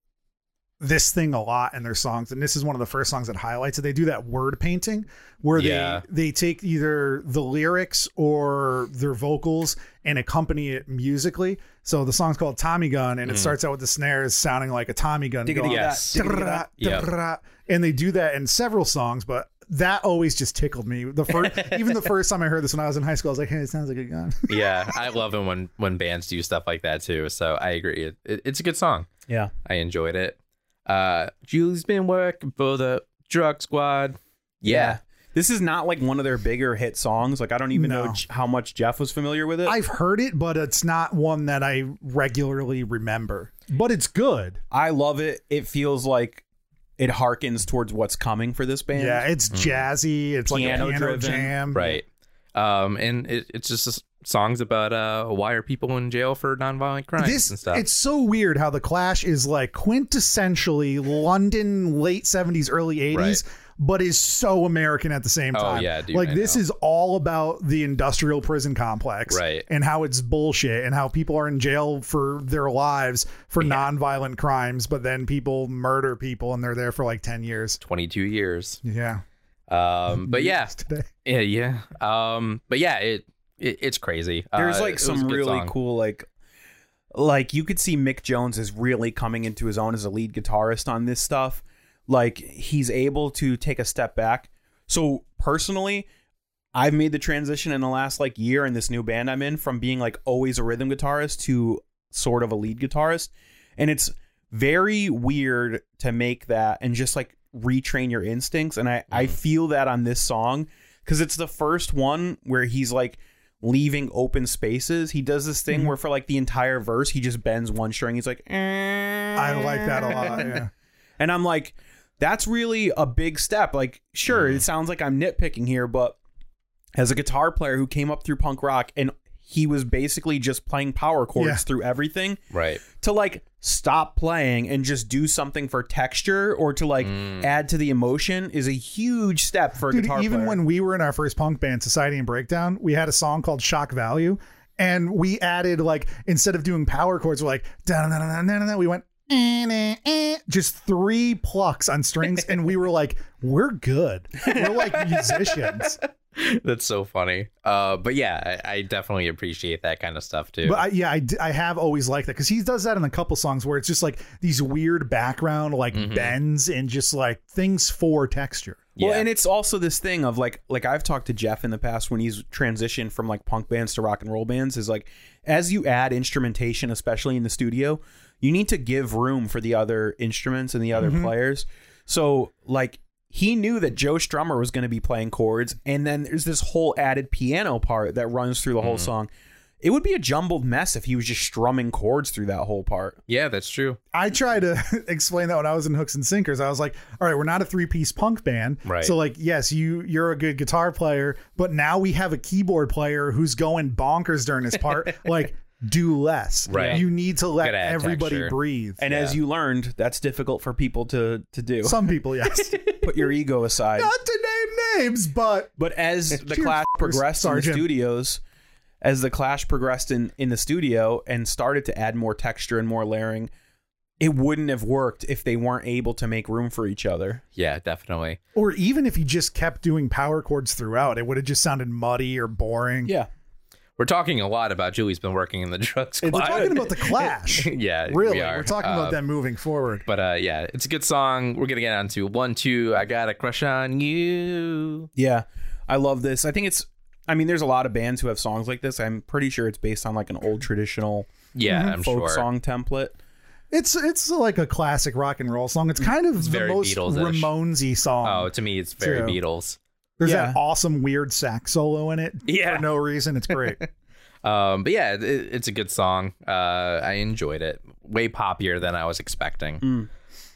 S2: this thing a lot in their songs, and this is one of the first songs that highlights it. They do that word painting where
S3: Yeah.
S2: they they take either the lyrics or their vocals and accompany it musically. So the song's called Tommy Gun, and it starts out with the snares sounding like a Tommy gun.
S1: Diggity
S2: going,
S3: Mm. yes.
S1: that, diggity
S2: "Drrrah,
S1: that.
S3: Yep.
S2: drrrah," and they do that in several songs, but. That always just tickled me. The first, even the first time I heard this when I was in high school, I was like, "Hey, it sounds like a gun."
S3: yeah, I love it when when bands do stuff like that too. So I agree. It, it- it's a good song.
S1: yeah
S3: I enjoyed it. Uh, Julie's been working for the drug squad. Yeah,
S1: this is not like one of their bigger hit songs like i don't even know
S2: No.
S1: j- how much jeff was familiar with it
S2: I've heard it, but it's not one that I regularly remember. But it's good.
S1: I love it. It feels like it harkens towards what's coming for this band.
S2: Yeah, it's jazzy. It's like a piano
S1: Piano-driven.
S2: jam.
S3: Hmm. right. Um, and it, it's just songs about uh, why are people in jail for nonviolent crimes and
S2: This
S3: stuff.
S2: it's so weird how the Clash is like quintessentially London late 70s early 80s
S3: Right.
S2: but is so American at the same
S3: Oh,
S2: time.
S3: yeah, dude,
S2: like
S3: I
S2: this
S3: know.
S2: is all about the industrial prison complex
S3: Right.
S2: and how it's bullshit and how people are in jail for their lives for nonviolent crimes but then people murder people and they're there for like 10 years.
S3: Twenty two years.
S2: Yeah.
S3: Um, but yeah,
S2: Today.
S3: Yeah, yeah. Um, but yeah, it, it it's crazy.
S1: There's
S3: Uh, it
S1: like
S3: was a
S1: some
S3: good
S1: really
S3: song.
S1: cool like like you could see Mick Jones is really coming into his own as a lead guitarist on this stuff. Like he's able to take a step back. So personally, I've made the transition in the last like year in this new band I'm in from being like always a rhythm guitarist to sort of a lead guitarist. And it's very weird to make that and just like retrain your instincts. And I, I feel that on this song because it's the first one where he's like leaving open spaces. He does this thing where for like the entire verse, he just bends one string. He's like, "Eh."
S2: I like that a lot. Yeah.
S1: And I'm like, that's really a big step. Like, sure, it sounds like I'm nitpicking here, but as a guitar player who came up through punk rock and he was basically just playing power chords
S2: Yeah.
S1: through everything
S3: right?
S1: to like stop playing and just do something for texture or to like add to the emotion is a huge step for a
S2: Mm. Dude,
S1: guitar
S2: even
S1: player.
S2: when we were in our first punk band, Society and Breakdown, we had a song called Shock Value, and we added like instead of doing power chords, we're like da da da da da. We went eh, nah, eh, just three plucks on strings, and we were like, we're good. We're like musicians.
S3: That's so funny. Uh, but yeah, I, I definitely appreciate that kind of stuff too.
S2: But I, yeah, I, d- I have always liked that because he does that in a couple songs where it's just like these weird background like
S1: Mm-hmm.
S2: bends and just like things for texture.
S1: Well,
S3: Yeah.
S1: and it's also this thing of like like I've talked to Jeff in the past when he's transitioned from like punk bands to rock and roll bands is like as you add instrumentation especially in the studio, you need to give room for the other instruments and the other players. So like he knew that Joe Strummer was going to be playing chords and then there's this whole added piano part that runs through the whole song. It would be a jumbled mess if he was just strumming chords through that whole part.
S3: yeah, that's true.
S2: I try to explain that when I was in Hooks and Sinkers. I was like, all right, we're not a three piece punk band.
S3: Right.
S2: So like, yes, you you're a good guitar player, but now we have a keyboard player who's going bonkers during his part. like, do less.
S3: Right.
S2: You need to let
S3: Gotta add
S2: everybody
S3: texture.
S2: breathe.
S1: And as you learned, that's difficult for people to to do.
S2: some people, yes.
S1: Put your ego aside.
S2: not to name names, but
S1: But as the
S2: Cheers,
S1: Clash progressed in the
S2: Sergeant.
S1: studios, as the Clash progressed in, in the studio and started to add more texture and more layering, it wouldn't have worked if they weren't able to make room for each other.
S3: Yeah, definitely.
S2: or even if he just kept doing power chords throughout, it would have just sounded muddy or boring.
S1: Yeah.
S3: We're talking a lot about Julie's been working in the drug squad.
S2: We're talking about the Clash.
S3: yeah,
S2: really,
S3: we
S2: we
S3: are.
S2: are talking
S3: Uh,
S2: about them moving forward.
S3: But uh, yeah, it's a good song. We're gonna get on to one, two. I got a crush on you.
S1: Yeah. I love this. I think it's I mean, there's a lot of bands who have songs like this. I'm pretty sure it's based on like an old traditional
S3: Yeah, I'm
S1: folk
S3: sure.
S1: song template.
S2: It's it's like a classic rock and roll song. It's kind of the
S3: Mm. very
S2: most
S3: Beatles-ish.
S2: Ramonesy song.
S3: Oh, to me, it's very
S2: Too.
S3: Beatles.
S2: There's
S1: yeah.
S2: that awesome weird sax solo in it.
S3: Yeah.
S2: for no reason. It's great.
S3: Um, but yeah, it, it's a good song. Uh, I enjoyed it. Way poppier than I was expecting.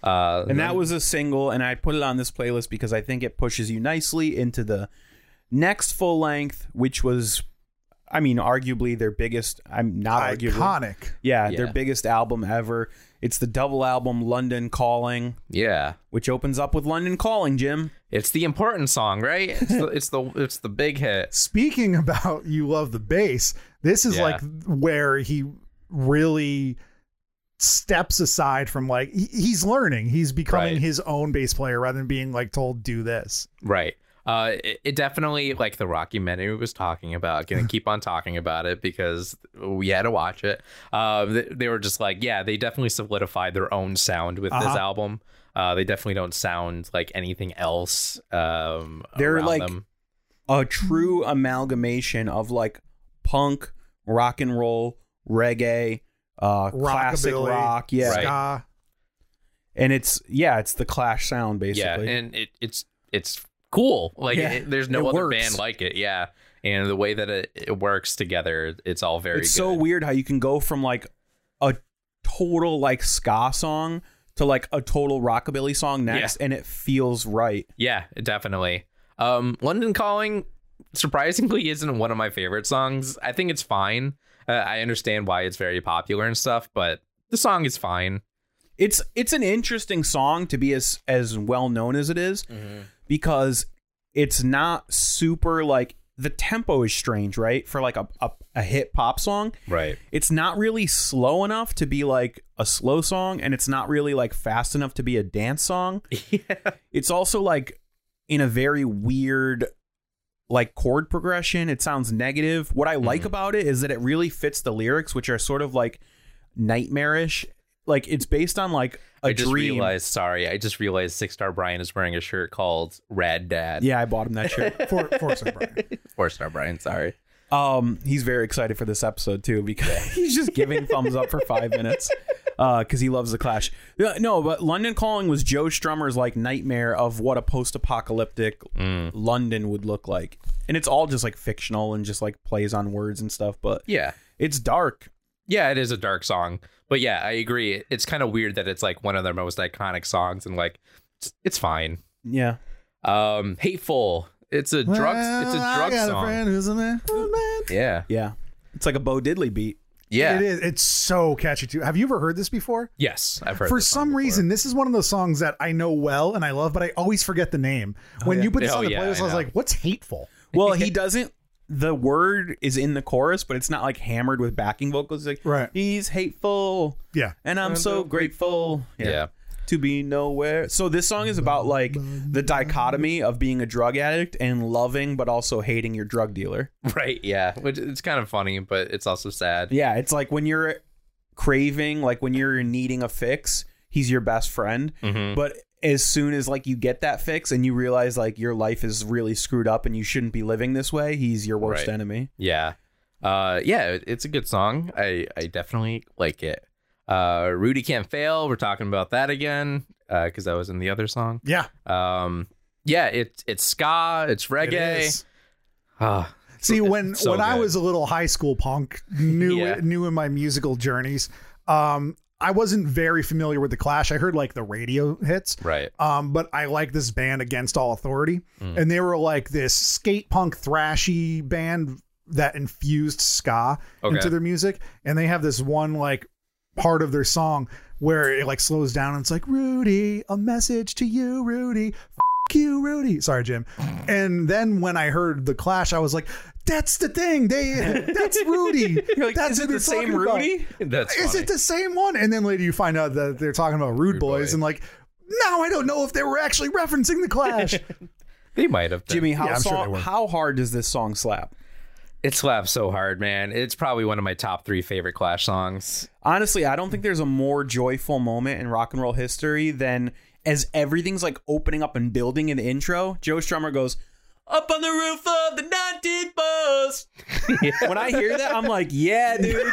S3: Uh,
S1: And that was a single, and I put it on this playlist because I think it pushes you nicely into the next full length, which was, I mean, arguably their biggest. I'm not arguably,
S2: Iconic.
S1: yeah,
S3: Yeah.
S1: their biggest album ever. It's the double album London Calling,
S3: yeah.
S1: which opens up with London Calling, Jim.
S3: It's the important song, right? It's the it's the, it's the big hit.
S2: Speaking about you love the bass. This is
S3: Yeah.
S2: like where he really steps aside from like he- he's learning. He's becoming
S3: Right.
S2: his own bass player rather than being like told do this.
S3: Right. Uh, it, it definitely like the Rocky menu was talking about. Gonna keep on talking about it because we had to watch it. Uh, they, they were just like, yeah, they definitely solidified their own sound with this
S2: Uh-huh.
S3: album. Uh, they definitely don't sound like anything else. Um,
S1: They're
S3: around
S1: like-
S3: them.
S1: A true amalgamation of like punk, rock and roll, reggae, uh, classic
S2: Rockabilly,
S1: rock, yeah,
S3: Right.
S2: ska.
S1: and it's yeah, it's the Clash sound
S3: yeah,
S1: basically.
S3: and it, it's it's cool. Like
S1: Yeah,
S3: it, there's no
S1: it
S3: other
S1: works.
S3: band like it. Yeah, and the way that it, it works together, it's all very.
S1: it's
S3: good.
S1: so weird how you can go from like a total like ska song to like a total rockabilly song next and it feels right
S3: Yeah, definitely. Um, London Calling surprisingly isn't one of my favorite songs. I think it's fine. Uh, I understand why it's very popular and stuff, but the song is fine.
S1: it's it's an interesting song to be as as well known as it is
S3: Mm-hmm.
S1: because it's not super like the tempo is strange right for like a, a, a hit pop song
S3: Right.
S1: it's not really slow enough to be like a slow song and it's not really like fast enough to be a dance song it's also like in a very weird like chord progression it sounds negative what i like
S3: Mm-hmm.
S1: about it is that it really fits the lyrics which are sort of like nightmarish like it's based on like a
S3: I just
S1: dream
S3: realized. Sorry, I just realized Six Star Brian is wearing a shirt called Rad Dad.
S1: yeah i bought him that shirt
S2: For, for Brian.
S3: Four Star Brian. Sorry.
S1: Um, he's very excited for this episode too because he's just giving thumbs up for five minutes because he loves the Clash. Yeah, No, but London Calling was Joe Strummer's like nightmare of what a post-apocalyptic London would look like, and it's all just like fictional and just like plays on words and stuff. But
S3: Yeah.
S1: it's dark.
S3: Yeah, it is a dark song, but yeah, I agree. It- It's kind of weird that it's like one of their most iconic songs, and like, it's, it's fine.
S1: Yeah,
S3: Um, hateful. It's a drug. it's a
S2: Well, I
S3: drug
S2: got
S3: song.
S2: A friend who's a man. a man.
S3: Yeah.
S1: yeah. It's like a Bo Diddley beat.
S3: Yeah.
S2: It is. It's so catchy too. Have you ever heard this before?
S3: Yes, I've heard
S2: For
S3: this song
S2: some
S3: before.
S2: reason, this is one of those songs that I know well and I love, but I always forget the name. When you put this
S3: Oh,
S2: on the
S3: yeah,
S2: playlist,
S3: I
S2: I, was
S3: know.
S2: like, "What's hateful?"
S1: Well, he doesn't. The word is in the chorus, but it's not like hammered with backing vocals. It's like
S2: Right.
S1: he's hateful,
S2: Yeah,
S1: and I'm so grateful.
S3: Yeah.
S1: to be nowhere. So this song is about like the dichotomy of being a drug addict and loving, but also hating your drug dealer.
S3: Right. Yeah. Which it's kind of funny, but it's also sad.
S1: Yeah, it's like when you're craving, like when you're needing a fix, he's your best friend.
S3: Mm-hmm.
S1: But as soon as like you get that fix and you realize like your life is really screwed up and you shouldn't be living this way, he's your worst
S3: Right.
S1: enemy.
S3: Yeah. Uh yeah, it- it's a good song. I I definitely like it. Uh Rudy Can't Fail, we're talking about that again uh cuz that was in the other song.
S2: Yeah,
S3: Um yeah, it it's ska, it's
S2: it
S3: reggae.
S2: is.
S3: Ah,
S2: See, when
S3: so
S2: when I
S3: good.
S2: was a little high school punk, new
S3: Yeah.
S2: new in my musical journeys, um, I wasn't very familiar with the Clash. I heard like the radio hits,
S3: right.
S2: um, but I like this band Against All Authority,
S1: Mm.
S2: and they were like this skate punk thrashy band that infused ska
S3: Okay.
S2: into their music, and they have this one like part of their song where it like slows down and it's like Rudy, a message to you, Rudy. F- you, Rudy. Sorry, Jim. And then when I heard the Clash, I was like, "That's the thing. They, that's Rudy.
S1: You're like,
S2: that's
S1: is it
S2: who
S1: the
S2: they're
S1: same
S2: talking about."
S1: Rudy?
S3: That's
S2: Is
S3: funny.
S2: it the same one? And then later you find out that they're talking about Rude, Boys
S3: Boy.
S2: and like, now I don't know if they were actually referencing the Clash.
S3: they might have been.
S1: Jimmy, how
S2: Yeah, I'm sure
S1: song-
S2: they were.
S1: how hard does this song slap?
S3: It slaps so hard, man. It's probably one of my top 3 favorite Clash songs.
S1: Honestly, I don't think there's a more joyful moment in rock and roll history than as everything's like opening up and building in the intro. Joe Strummer goes, Up on the roof of the 19 bus. When I hear that, I'm like, Yeah, dude.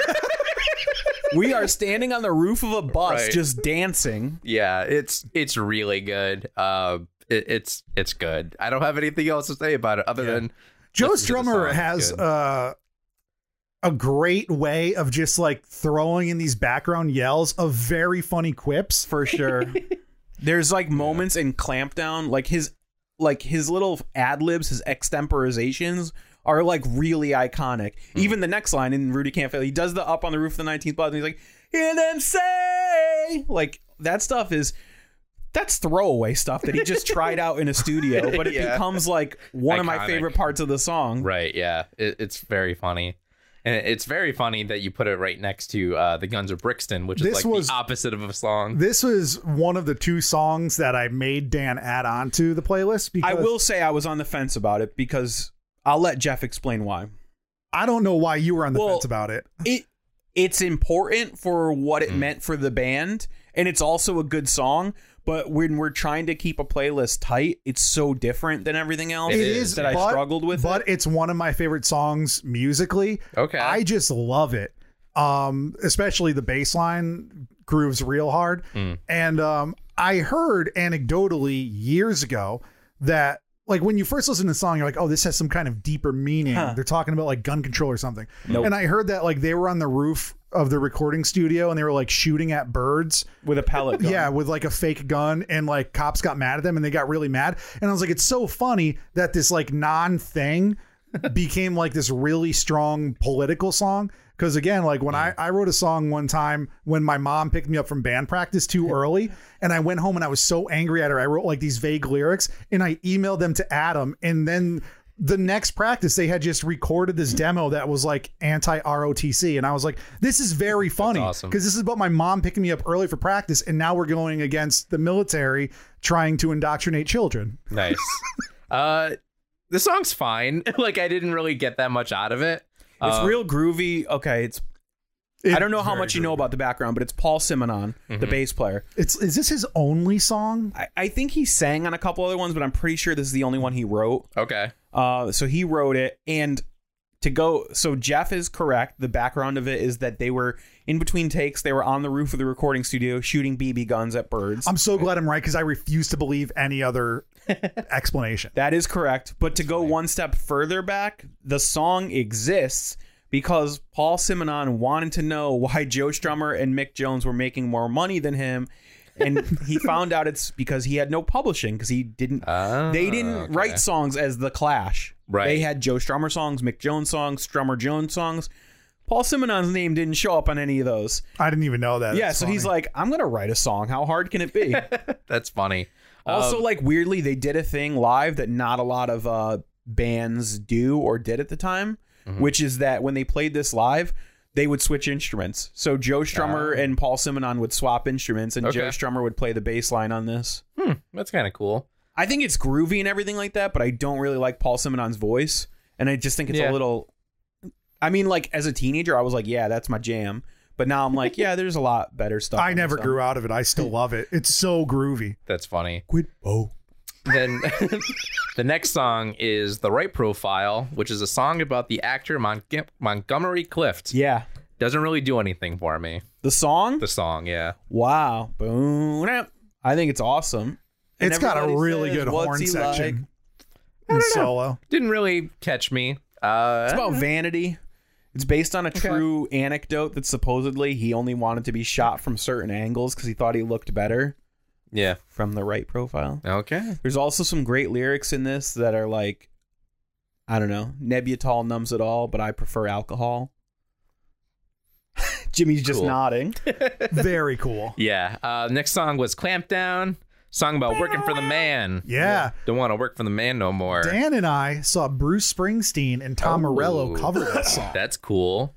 S1: we are standing on the roof of a bus
S3: Right.
S1: just dancing.
S3: Yeah, it's it's really good. Uh it, it's it's good. I don't have anything else to say about it other than
S2: Joe
S3: listen to the
S2: Strummer
S3: song.
S2: has
S3: Good.
S2: uh, a great way of just like throwing in these background yells of very funny quips.
S1: for sure. There's like moments in Clampdown, like his like his little ad libs, his extemporizations are like really iconic.
S3: Mm-hmm.
S1: Even the next line in Rudy Can't Fail, he does the up on the roof of the 19th block, and he's like, "Hear them say," like that stuff is. That's throwaway stuff that he just tried out in a studio, but it
S3: Yeah.
S1: becomes like one of my
S3: Iconic.
S1: favorite parts of the song.
S3: Right. Yeah. It, it's very funny. And it's very funny that you put it right next to uh, the Guns of Brixton, which
S2: This
S3: is like
S2: was-
S3: the opposite of a song.
S2: This was one of the two songs that I made Dan add on to the playlist because
S1: I will say I was on the fence about it because I'll let Jeff explain why.
S2: I don't know why you were on the
S1: Well,
S2: fence about it.
S1: it it's important for what
S3: Hmm.
S1: it meant for the band and it's also a good song but when we're trying to keep a playlist tight it's so different than everything else
S3: It
S2: it
S3: is,
S2: is
S1: that i
S2: but-
S1: struggled with
S2: but it's one of my favorite songs musically.
S3: Okay.
S2: I just love it. Um, especially the bass line grooves real hard.
S1: Mm.
S2: And um, I heard anecdotally years ago that like when you first listen to the song, you're like, oh, this has some kind of deeper meaning. They're talking about like gun control or something. And I heard that like they were on the roof of the recording studio and they were like shooting at birds
S1: with a pellet gun
S2: yeah, with like a fake gun, and like cops got mad at them, and they got really mad. And I was like, it's so funny that this like non thing became like this really strong political song. Because again, like when I I wrote a song one time when my mom picked me up from band practice too early, and I went home and I was so angry at her. I wrote like these vague lyrics, and I emailed them to Adam, and then. The next practice, they had just recorded this demo that was like anti ROTC. And I was like, this is very funny
S3: awesome.
S2: because this is about my mom picking me up early for practice, and now we're going against the military trying to indoctrinate children.
S3: nice. uh, the song's fine. like I didn't really get that much out of it.
S1: it's
S3: Uh,
S1: real groovy okay it's i don't know how much you know about the background but it's paul simonon
S3: Mm-hmm.
S1: the bass player
S2: It's is this his only song?
S1: I, I think he sang on a couple other ones but i'm pretty sure this is the only one he wrote
S3: Okay.
S1: Uh, so he wrote it, and to go, so Jeff is correct. The background of it is that they were in between takes. They were on the roof of the recording studio shooting BB guns at birds.
S2: I'm so glad I'm right because I refuse to believe any other explanation.
S1: that is correct. But to go one step further back, the song exists because Paul Simonon wanted to know why Joe Strummer and Mick Jones were making more money than him. and he found out it's because he had no publishing because he didn't
S3: Ah,
S1: they didn't
S3: okay.
S1: write songs as the Clash.
S3: Right.
S1: They had Joe Strummer songs, Mick Jones songs, Strummer Jones songs. Paul Simonon's name didn't show up on any of those.
S2: I didn't even know that.
S1: yeah,
S2: That's
S1: so he's
S2: funny.
S1: like, I'm gonna write a song. How hard can it be?
S3: That's funny. Um,
S1: also, like weirdly, they did a thing live that not a lot of
S3: Mm-hmm.
S1: uh, bands do or did at the time, which is that when they played this live, they would switch instruments. So Joe Strummer and Paul Simonon would swap instruments, and Joe
S3: Ah. Okay.
S1: Strummer would play the bass line on this.
S3: That's kind of cool.
S1: I think it's groovy and everything like that, but I don't really like Paul Simonon's voice, and I just think it's
S3: Yeah.
S1: a little. I mean, like as a teenager, I was like, "Yeah, that's my jam," but now I'm like, "Yeah, there's a lot better stuff."
S2: I never
S1: grew up.
S2: grew out of it. I still love it. It's so groovy.
S3: That's funny.
S1: Quid pro.
S3: Then the next song is The Right Profile, which is a song about the actor Mon- Montgomery Clift.
S1: Yeah.
S3: Doesn't really do anything for me.
S1: The song?
S3: The song, yeah.
S1: wow. Boom. I think it's awesome. And
S2: It's got a
S1: everybody
S2: really
S1: says,
S2: good
S1: "What's
S2: horn
S1: he
S2: section."
S1: like?"
S2: And solo.
S3: Didn't really catch me. Uh,
S1: It's about vanity. It's based on a true anecdote that supposedly he only wanted to be shot from certain angles because he thought he looked better
S3: yeah.
S1: from the right profile.
S3: Okay.
S1: There's also some great lyrics in this that are like, I don't know, Nebutol numbs it all, but I prefer alcohol. Jimmy's just
S3: Cool.
S1: nodding.
S2: Very cool.
S3: Yeah. Uh, next song was Clamp Down, song about working for the man.
S2: Yeah.
S3: Don't want to work for the man no more.
S2: Dan and I saw Bruce Springsteen and Tom Morello
S3: Ooh.
S2: cover this song.
S3: That's cool.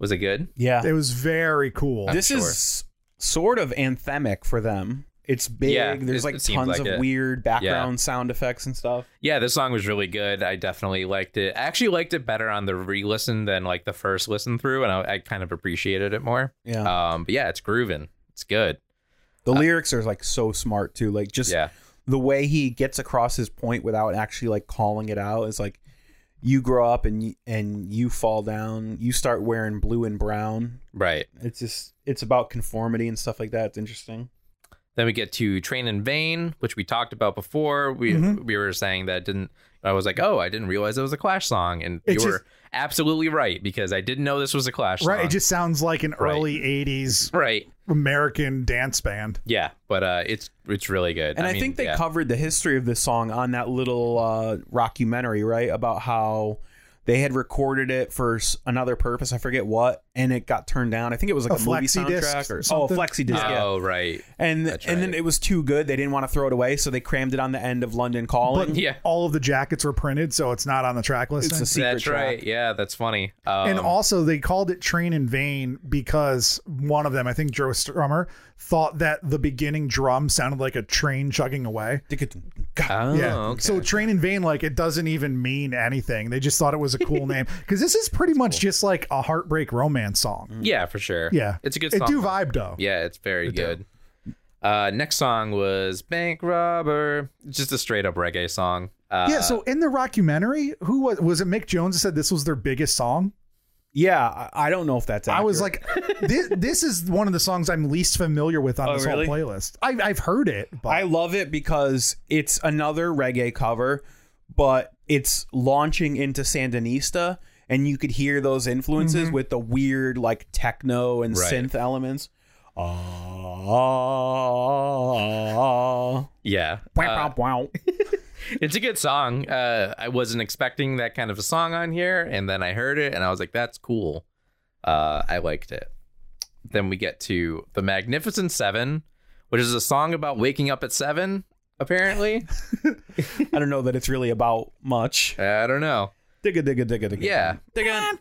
S3: Was it good?
S1: Yeah.
S2: It was very cool.
S1: this
S3: sure.
S1: is sort of anthemic for them. It's big.
S3: Yeah,
S1: There's
S3: it-
S1: like
S3: it seems
S1: tons
S3: like
S1: of
S3: it.
S1: weird background sound effects and stuff.
S3: Yeah, this song was really good. I definitely liked it. I actually liked it better on the re-listen than like the first listen through, and I, I kind of appreciated it more.
S1: Yeah.
S3: Um, but yeah, it's grooving. It's good.
S1: the lyrics are like so smart too. Like just
S3: Uh, Yeah.
S1: the way he gets across his point without actually like calling it out is like you grow up and you, and you fall down. You start wearing blue and brown.
S3: Right.
S1: It's just it's about conformity and stuff like that. It's interesting.
S3: Then we get to Train in Vain, which we talked about before. We
S2: Mm-hmm.
S3: we were saying that didn't. I was like, oh, I didn't realize it was a Clash song, and
S2: It
S3: you
S2: just-
S3: were absolutely right because I didn't know this was a Clash
S2: Right.
S3: song.
S2: It just sounds like an
S3: Right.
S2: early 80s
S3: right.
S2: American dance band.
S3: Yeah, but uh, it's it's really good.
S1: And I,
S3: mean,
S1: think they
S3: yeah.
S1: covered the history of this song on that little uh, rockumentary, right? About how they had recorded it for s- another purpose. I forget what, and it got turned down. I think it was like
S2: A
S1: a, movie
S2: flexi disc
S1: soundtrack or oh,
S2: something?
S1: flexi disc. yeah.
S3: Oh right.
S1: And
S3: That's
S1: and then
S3: right.
S1: it was too good. They didn't want to throw it away, so they crammed it on the end of London Calling.
S2: But
S3: Yeah.
S2: all of the jackets were printed, so it's not on the track
S1: it's
S2: listing.
S1: a secret
S3: That's right. Yeah, that's funny. Um,
S2: and also, they called it Train in Vain because one of them, I think Joe Strummer, thought that the beginning drum sounded like a train chugging away.
S1: track.
S3: oh,
S2: yeah.
S3: okay.
S2: So Train in Vain, like, it doesn't even mean anything. They just thought it was a cool name because this is pretty much just like a heartbreak romance song.
S3: yeah, for sure.
S2: Yeah.
S3: Mm. it's a good
S2: It
S3: song.
S2: do vibe, though.
S3: Yeah, it's very good. Uh, next song was Bank Robber, just a straight up reggae song. Uh,
S2: Yeah, so in the documentary, who was was it? Mick Jones that said this was their biggest song.
S1: Yeah, I, I don't know if that's. Accurate.
S2: I was like, this, this is one of the songs I'm least familiar with on
S1: Oh,
S2: this
S1: really?
S2: whole playlist. I, I've heard it, but
S1: I love it because it's another reggae cover, but it's launching into Sandinista, and you could hear those influences with the weird like techno and
S3: Mm-hmm. Right. Uh.
S1: synth elements. Ah,
S3: yeah,
S1: wow,
S3: Uh,
S1: wow.
S3: it's a good song. Uh, I wasn't expecting that kind of a song on here, and then I heard it, and I was like, "That's cool." Uh, I liked it. Then we get to the Magnificent Seven, which is a song about waking up at seven. Apparently,
S1: I don't know that it's really about much.
S3: I don't know.
S1: Digga, digga, digga, digga.
S3: Yeah,
S1: Digga.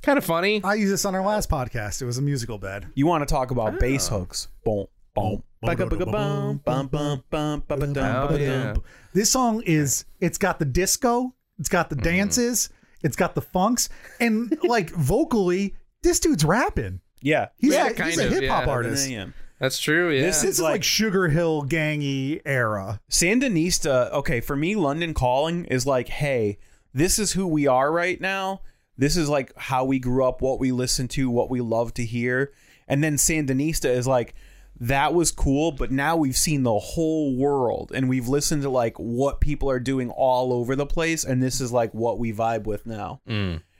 S3: kind of funny.
S2: I used this on our last podcast. It was a musical bed.
S1: You want to talk about bass hooks? Boom, boom. Bugga, bugga, bum, bum, bum, bum, ba, ba, dum, ba,
S3: Oh
S1: ba, dum.
S3: yeah.
S2: This song is it's got the disco, it's got the dances, it's got the funks, and like vocally, this dude's rapping.
S1: Yeah.
S2: He's
S3: Yeah,
S2: a, he's
S3: kind
S2: a
S3: of,
S2: hip hop
S3: yeah.
S2: artist.
S1: Yeah.
S3: That's true. Yeah.
S1: This
S2: This is like,
S1: like-
S2: Sugar Hill gangy era.
S1: Sandinista, okay, for me, London Calling is like, hey, this is who we are right now. This is like how we grew up, what we listen to, what we love to hear. And then Sandinista is like, that was cool, but now we've seen the whole world and we've listened to like what people are doing all over the place. And this is like what we vibe with now.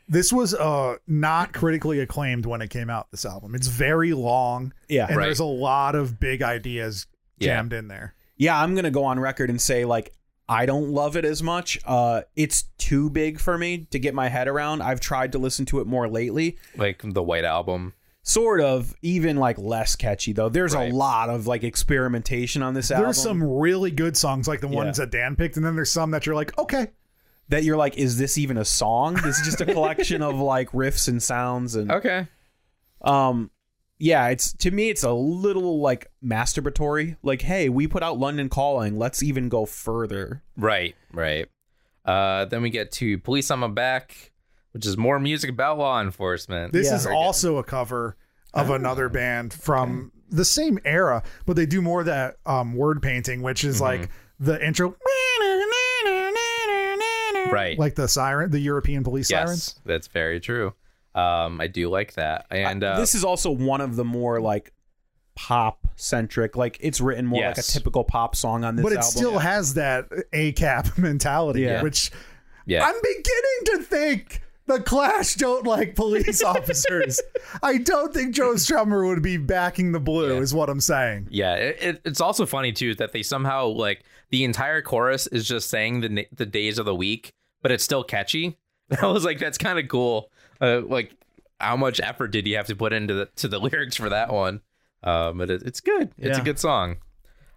S2: This was uh not critically acclaimed when it came out. This album, it's very long,
S1: Yeah.
S2: and
S3: Right.
S2: there's a lot of big ideas
S3: Yeah.
S2: jammed in there.
S1: yeah, I'm gonna go on record and say like I don't love it as much. Uh, it's too big for me to get my head around. I've tried to listen to it more lately.
S3: like the White Album.
S1: Sort of, even like less catchy though. There's
S3: Right.
S1: a lot of like experimentation on this album
S2: There's some really good songs like the ones that Dan picked, and then there's some that you're like, okay,
S1: that you're like, is this even a song? This is just a collection of like riffs and sounds and
S3: Okay.
S1: Um, yeah, it's to me, it's a little like masturbatory. Like, hey, we put out London Calling. Let's even go further.
S3: Right, right. Uh, then we get to Police on My Back, which is more music about law enforcement.
S2: This
S1: Yeah.
S2: is also a cover of another band from the same era, but they do more of that um, word painting, which is like
S3: Mm-hmm.
S2: the intro,
S3: right.
S2: like the siren, the European police
S3: yes,
S2: sirens.
S3: that's very true. Um, I do like that. And uh,
S1: this is also one of the more like pop centric. Like, it's written more like a
S3: Yes.
S1: typical pop song on this.
S2: But it
S1: album.
S2: still has that A cap mentality,
S1: Yeah.
S2: which
S3: yeah,
S2: I'm beginning to think the Clash don't like police officers. I don't think Joe Strummer would be backing the blue, is what I'm saying.
S3: yeah. It, it, it's also funny too that they somehow like the entire chorus is just saying the na- the days of the week, but it's still catchy. I was like, that's kind of cool. Uh, like, how much effort did you have to put into the to the lyrics for that one? Uh, but it, it's good. It's a
S1: Yeah.
S3: good song.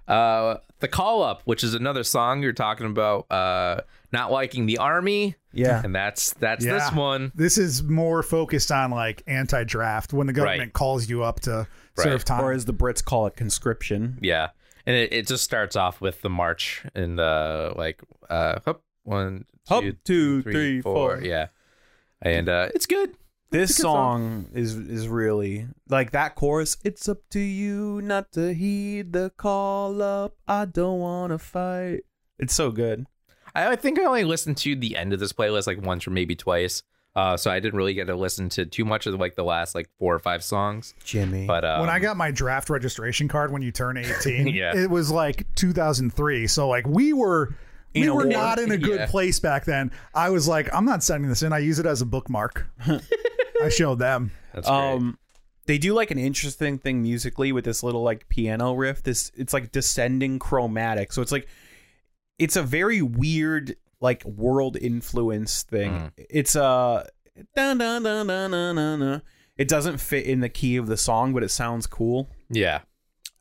S3: Uh, the call up, which is another song you're talking about, uh, not liking the army.
S1: Yeah.
S3: and that's that's
S2: Yeah.
S3: this one.
S2: This is more focused on like anti-draft when the government
S3: Right.
S2: calls you up to serve
S3: Right.
S2: time.
S1: or as the Brits call it, conscription.
S3: Yeah, and it, it just starts off with the march and uh like uh hop one
S1: Hop,
S3: two,
S1: two,
S3: three,
S1: three,
S3: four.
S1: four.
S3: yeah, and uh it's good.
S1: This song, is is really like that chorus. It's up to you not to heed the call up. I don't wanna fight. It's so good.
S3: I, I think I only listened to the end of this playlist like once or maybe twice. Uh, so I didn't really get to listen to too much of like the last like four or five songs.
S1: Jimmy.
S3: But um,
S2: when I got my draft registration card when you turn 18,
S3: Yeah.
S2: it was like 2003. So like we were we
S1: a war.
S2: were not in a good
S3: Yeah.
S2: place back then. I was like, I'm not sending this in. I use it as a bookmark. I showed them.
S3: that's great.
S1: um they do like an interesting thing musically with this little like piano riff. This it's like descending chromatic. So it's like it's a very weird like world influence thing.
S3: Mm-hmm.
S1: It's a dun, dun, dun, dun, dun, dun, dun. it doesn't fit in the key of the song, but it sounds cool.
S3: yeah.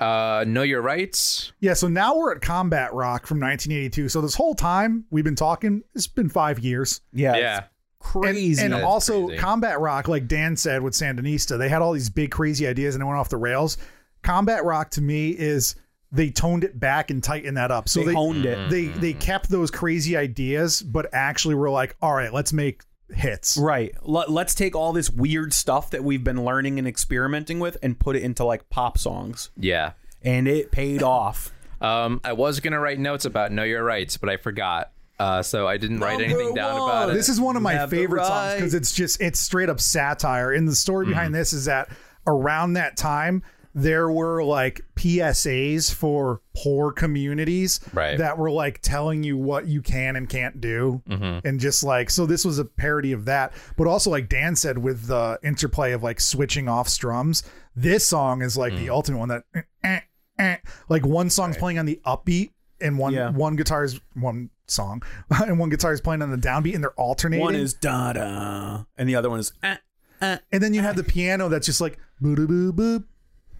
S3: Uh, know your rights.
S2: Yeah, so now we're at Combat Rock from 1982. So this whole time we've been talking, it's been five years.
S1: Yeah. it's
S3: yeah,
S2: And-
S1: Crazy.
S2: And,
S3: That's
S2: also
S3: crazy.
S2: Combat Rock, like Dan said with Sandinista, they had all these big crazy ideas and it went off the rails. Combat Rock to me is they toned it back and tightened that up. So
S1: they,
S2: they,
S1: honed it.
S3: Mm-hmm.
S2: they they kept those crazy ideas, but actually were like, all right, let's make hits.
S1: Right. Let, let's take all this weird stuff that we've been learning and experimenting with and put it into like pop songs.
S3: yeah.
S1: And it paid off.
S3: Um, I was gonna write notes about know your rights, but I forgot. Uh, so I didn't write
S1: Number
S3: anything down about it.
S2: This is one of my
S1: Have the
S2: favorite songs because
S1: right.
S2: it's just it's straight up satire. And the story behind this is that around that time there were like PSAs for poor communities
S3: Right.
S2: that were like telling you what you can and can't do
S1: Mm-hmm.
S2: and just like so this was a parody of that but also like Dan said with the interplay of like switching off strums this song is like
S1: Mm.
S2: the ultimate one that eh, eh, eh. like one song's playing on the upbeat and one
S1: Yeah.
S2: one guitar's one song and one guitar is playing on the downbeat and they're alternating
S1: One is da da, and the other one is eh, eh,
S2: and then you have the piano that's just like boo doo boo boop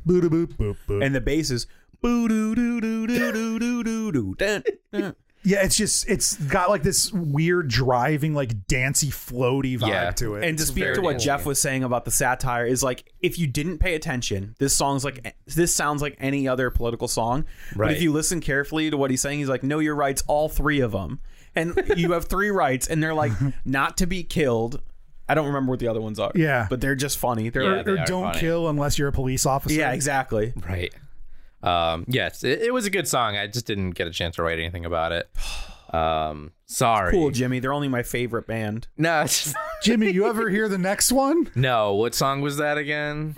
S2: boo doo boop boop boop
S1: and the bass is boo doo doo doo doo doo doo doo doo. dun, dun.
S2: yeah it's just it's got like this weird driving like dancey floaty vibe
S3: Yeah.
S2: to it
S1: And to speak to what Jeff was saying about the satire is like if you didn't pay attention, this song's like this sounds like any other political song. But
S3: Right.
S1: if you listen carefully to what he's saying, he's like, "Know your rights, all three of them." And you have three rights, and they're like not to be killed. I don't remember what the other ones are.
S2: Yeah.
S1: but they're just funny. They're
S3: Yeah, they
S2: or
S3: are
S2: don't
S3: funny.
S2: kill unless you're a police officer
S1: yeah, exactly.
S3: Right. Um, yes, it, it was a good song. I just didn't get a chance to write anything about it. Um, sorry.
S1: Cool, Jimmy. They're only my favorite band.
S3: No, it's-
S2: Jimmy, you ever hear the next one?
S3: no. What song was that again?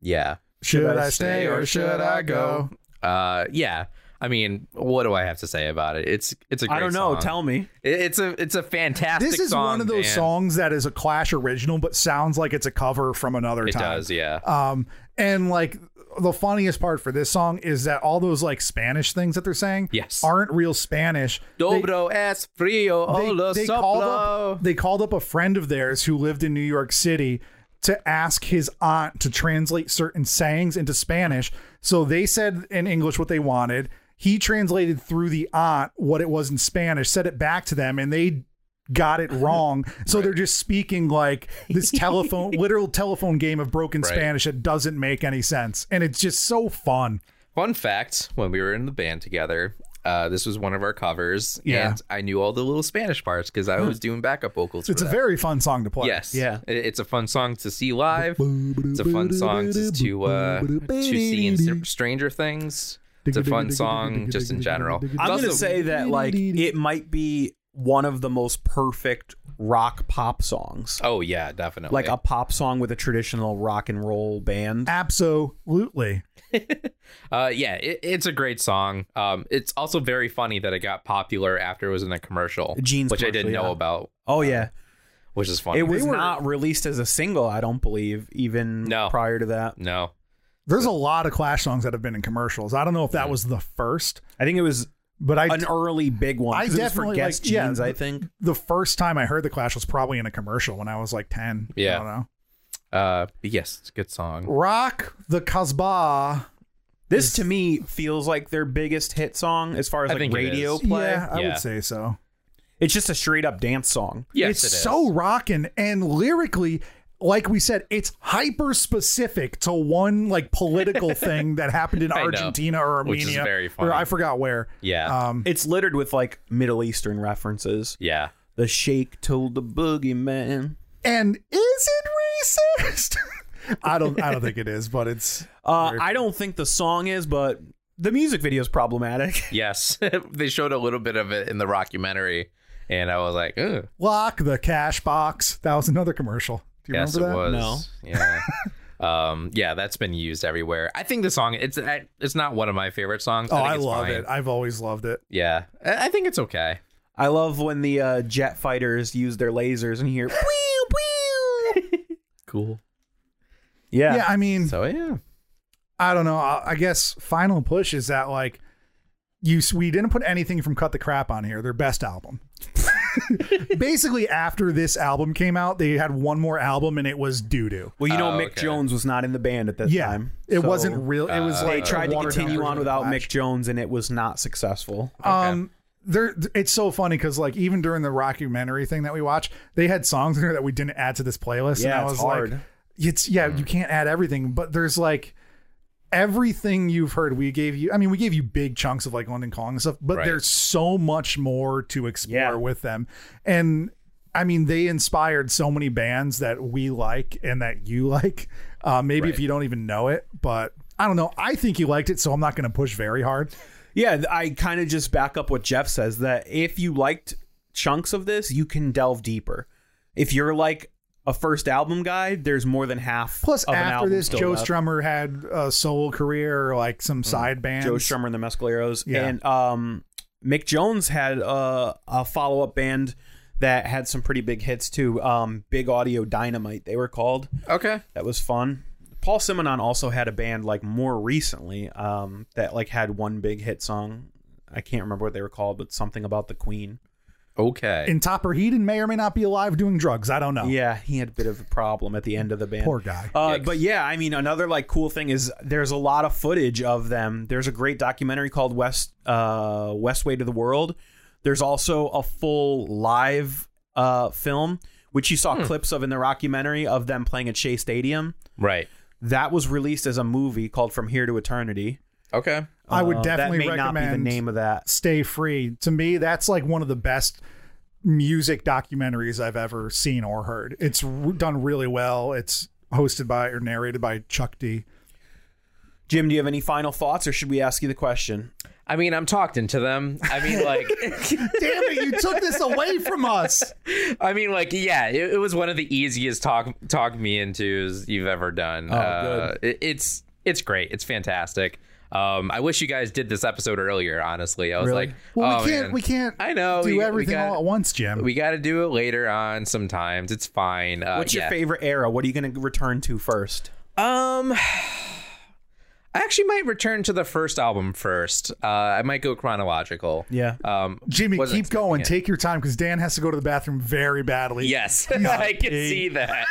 S3: yeah.
S2: Should I stay or should I go?
S3: Uh, yeah. I mean, what do I have to say about it? It's it's a great
S1: I don't know.
S3: song.
S1: Tell me.
S3: It- it's a it's a fantastic.
S2: This is
S3: song,
S2: one of those
S3: Dan.
S2: songs that is a Clash original, but sounds like it's a cover from another
S3: It
S2: time.
S3: does, yeah.
S2: Um, and like the funniest part for this song is that all those like Spanish things that they're saying
S3: Yes.
S2: aren't real Spanish.
S3: Dobro es frío o lo
S2: they, called up, they called up a friend of theirs who lived in New York City to ask his aunt to translate certain sayings into Spanish. So they said in English what they wanted. He translated through the aunt what it was in Spanish, said it back to them, and they got it wrong. So they're just speaking like this telephone, literal telephone game of broken
S3: Right.
S2: Spanish that doesn't make any sense. And it's just so fun.
S3: Fun fact: When we were in the band together, uh, this was one of our covers,
S2: Yeah.
S3: and I knew all the little Spanish parts because I was doing backup vocals.
S2: It's
S3: for
S2: a
S3: that.
S2: very fun song to play.
S3: yes,
S1: Yeah.
S3: It- It's a fun song to see live. It's a fun song to to, uh, to see in Str- Stranger Things. It's a fun song just in general. It's
S1: I'm going to
S3: also-
S1: say that like it might be one of the most perfect rock pop songs.
S3: Oh yeah, definitely.
S1: Like a pop song with a traditional rock and roll band.
S2: Absolutely.
S3: Uh, yeah, it, it's a great song. Um, it's also very funny that it got popular after it was in a commercial,
S1: Jeans
S3: which I
S1: commercial,
S3: didn't know
S1: yeah.
S3: about,
S1: Oh yeah.
S3: which is funny.
S1: It was not released as a single, I don't believe, even
S3: No.
S1: prior to that.
S3: no,
S2: There's a lot of Clash songs that have been in commercials. I don't know if that was the first,
S1: I think it was
S2: but I
S1: an early big one.
S2: I
S1: 'cause it was for
S2: definitely,
S1: Guess
S2: like, yeah,
S1: Jeans, I
S2: the-
S1: think.
S2: the first time I heard the Clash was probably in a commercial when I was like 10.
S3: Yeah.
S2: I don't know.
S3: uh, but yes, it's a good song.
S2: Rock the Casbah.
S1: This to me feels like their biggest hit song as far as
S3: I
S1: like
S3: think it
S1: radio
S3: is.
S1: play.
S2: Yeah, I
S3: Yeah.
S2: would say so.
S1: It's just a straight up dance song.
S3: Yes,
S2: it's
S3: it is.
S2: so rocking and lyrically like we said it's hyper specific to one like political thing that happened in
S3: I know.
S2: argentina or
S3: Which
S2: armenia
S3: is very
S2: or
S3: funny.
S2: i forgot where
S3: Yeah.
S2: um
S1: It's littered with like Middle Eastern references.
S3: yeah.
S1: The Sheikh told the boogeyman.
S2: and is it racist i don't i don't think it is but it's
S1: Uh, I don't think the song is, but the music video is problematic.
S3: Yes. they showed a little bit of it in the rockumentary, and I was like, Ugh.
S2: lock the cash box that was another commercial do you
S3: yes, it
S2: remember that
S3: was.
S1: No.
S3: Yeah. Um. Yeah, that's been used everywhere. I think the song it's I- it's not one of my favorite songs.
S2: oh
S3: think
S2: i,
S3: it's
S2: love
S3: fine.
S2: it i've always loved it
S3: Yeah, I I think it's okay.
S1: I love when the uh, jet fighters use their lasers and you hear. "Pew, pew."
S3: Cool.
S1: yeah.
S2: yeah, i mean
S3: So yeah.
S2: I don't know. I I guess final push is that like you we didn't put anything from Cut the Crap on here. Their best album. Basically, after this album came out, they had one more album, and it was doo doo.
S1: Well, you know,
S3: Oh,
S1: Mick
S3: okay.
S1: Jones was not in the band at that
S2: Yeah,
S1: time.
S2: it
S1: so
S2: wasn't real. It
S3: uh,
S2: was
S1: They
S2: like
S1: tried to
S2: watered down
S1: continue
S2: version
S1: on
S2: of
S1: without
S2: Clash.
S1: Mick Jones, and it was not successful.
S2: Um, there it's so funny because like even during the rockumentary thing that we watch, they had songs in there that we didn't add to this playlist.
S1: Yeah,
S2: and I
S1: it's
S2: was
S1: hard. Mm-hmm.
S2: like, it's yeah, you can't add everything, but there's like everything you've heard. We gave you, I mean, we gave you big chunks of like London Calling and stuff, but
S3: Right.
S2: there's so much more to explore
S1: Yeah.
S2: with them, and. I mean, they inspired so many bands that we like and that you like. Uh, maybe if
S3: Right.
S2: you don't even know it, but I don't know. I think you liked it, so I'm not going to push very hard.
S1: Yeah, th- I kind of just back up what Jeff says that if you liked chunks of this, you can delve deeper. If you're like a first album guy, there's more than half.
S2: Plus,
S1: of an
S2: after
S1: album
S2: this,
S1: still
S2: Joe
S1: left. Mm-hmm.
S2: Strummer had a solo career, like some side band.
S1: Joe Strummer and the Mescaleros,
S2: Yeah.
S1: and um, Mick Jones had a, a follow up band that had some pretty big hits too. Um, Big Audio Dynamite, they were called.
S3: Okay.
S1: That was fun. Paul Simonon also had a band like more recently um, that like had one big hit song. I can't remember what they were called, but something about the Queen.
S3: Okay.
S2: And Topper Heaton may or may not be alive doing drugs. I don't know.
S1: Yeah, he had a bit of a problem at the end of the band.
S2: Oh. Poor guy.
S1: Uh,
S3: Yikes.
S1: but yeah, I mean, another like cool thing is there's a lot of footage of them. There's a great documentary called West uh, West Way to the World. There's also a full live uh, film which you
S3: Hmm.
S1: saw clips of in the documentary of them playing at Shea Stadium.
S3: right.
S1: That was released as a movie called From Here to Eternity.
S3: Okay.
S2: I would
S1: Uh,
S2: definitely
S1: that may
S2: recommend
S1: not be the name of that.
S2: Stay Free. To me, that's like one of the best music documentaries I've ever seen or heard. It's r- done really well. It's hosted by or narrated by Chuck D.
S1: Jim, do you have any final thoughts, or should we ask you the question?
S3: I mean, I'm talking to them. I mean, like,
S2: Damn it, you took this away from us.
S3: I mean, like, yeah, it, it was one of the easiest talk talk me intos you've ever done. Oh, uh, it- it's it's great. It's fantastic. Um, I wish you guys did this episode earlier. Honestly, I was
S1: Really?
S3: like,
S2: Well,
S3: oh,
S2: we can't
S3: man.
S2: we can't
S3: I know
S2: do
S3: we- we
S2: everything
S3: got-
S2: all at once, Jim.
S3: We got to do it later on. Sometimes it's fine. Uh,
S1: What's
S3: yeah.
S1: your favorite era? What are you going to return to first?
S3: Um, I actually might return to the first album first. Uh, I might go chronological.
S1: Yeah.
S3: Um,
S2: Jimmy,
S3: wasn't
S2: keep
S3: expecting
S2: going.
S3: it.
S2: Take your time because Dan has to go to the bathroom very badly.
S3: Yes, I can see that.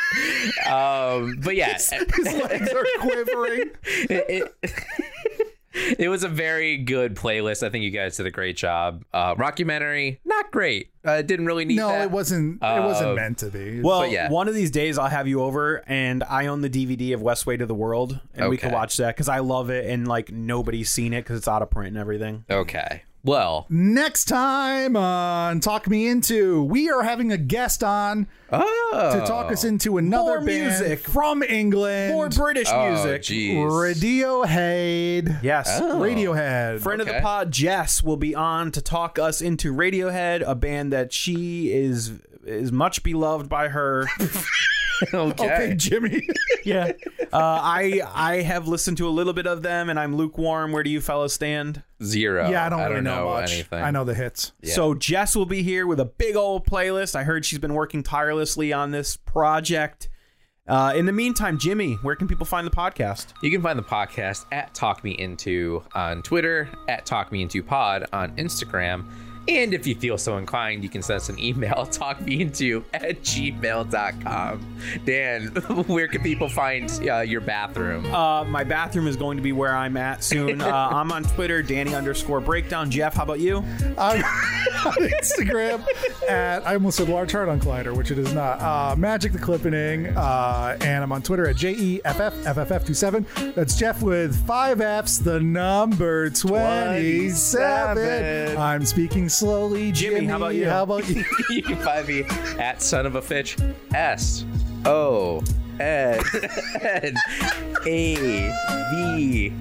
S3: Um, but yeah,
S2: His legs are quivering.
S3: it- it- it was a very good playlist. I think you guys did a great job. Uh, Rockumentary, not great. Uh, didn't really need
S2: No,
S3: that.
S2: it wasn't. it
S3: Uh,
S2: wasn't meant to be.
S1: Well,
S3: But yeah.
S1: one of these days I'll have you over, and I own the DVD of West Way to the World, and we can
S3: Okay.
S1: watch that because I love it, and like nobody's seen it because it's out of print and everything.
S3: Okay. Well,
S2: Next time on Talk Me Into, we are having a guest on
S3: oh,
S2: to talk us into another
S1: More
S2: band
S1: music.
S2: from England.
S1: More British
S3: oh,
S1: music.
S3: Geez.
S2: Radiohead.
S1: Yes.
S2: Radiohead.
S1: Friend of
S3: Oh, Okay.
S1: the pod, Jess, will be on to talk us into Radiohead, a band that she is is much beloved by her.
S3: okay.
S2: Jimmy.
S1: yeah. Uh, I I have listened to a little bit of them, and I'm lukewarm. Where do you fellas stand?
S3: Zero.
S2: yeah, I don't really know,
S3: Uh, know,
S2: much.
S3: anything.
S2: I know the hits.
S3: Yeah.
S1: So Jess will be here with a big old playlist. I heard she's been working tirelessly on this project. Uh, in the meantime, Jimmy, where can people find the podcast?
S3: You can find the podcast at Talk Me Into on Twitter, at Talk Me Into Pod on Instagram. And if you feel so inclined, you can send us an email, talkmeinto at gmail.com. Dan, where can people find uh, your bathroom?
S1: Uh, my bathroom is going to be where I'm at soon. Uh, I'm on Twitter, Danny underscore breakdown. Jeff, how about you?
S2: I'm on Instagram at I almost said large heart on Collider, which it is not. Uh, Magic the Clippening, uh, and I'm on Twitter at J E F F F F F two seven. That's Jeff with five F's, the number twenty
S3: 27.
S2: seven. I'm speaking slowly, Jimmy.
S1: Jimmy, how about you?
S2: How about you?
S3: you can find me E at Son of a Fitch, S O N N A V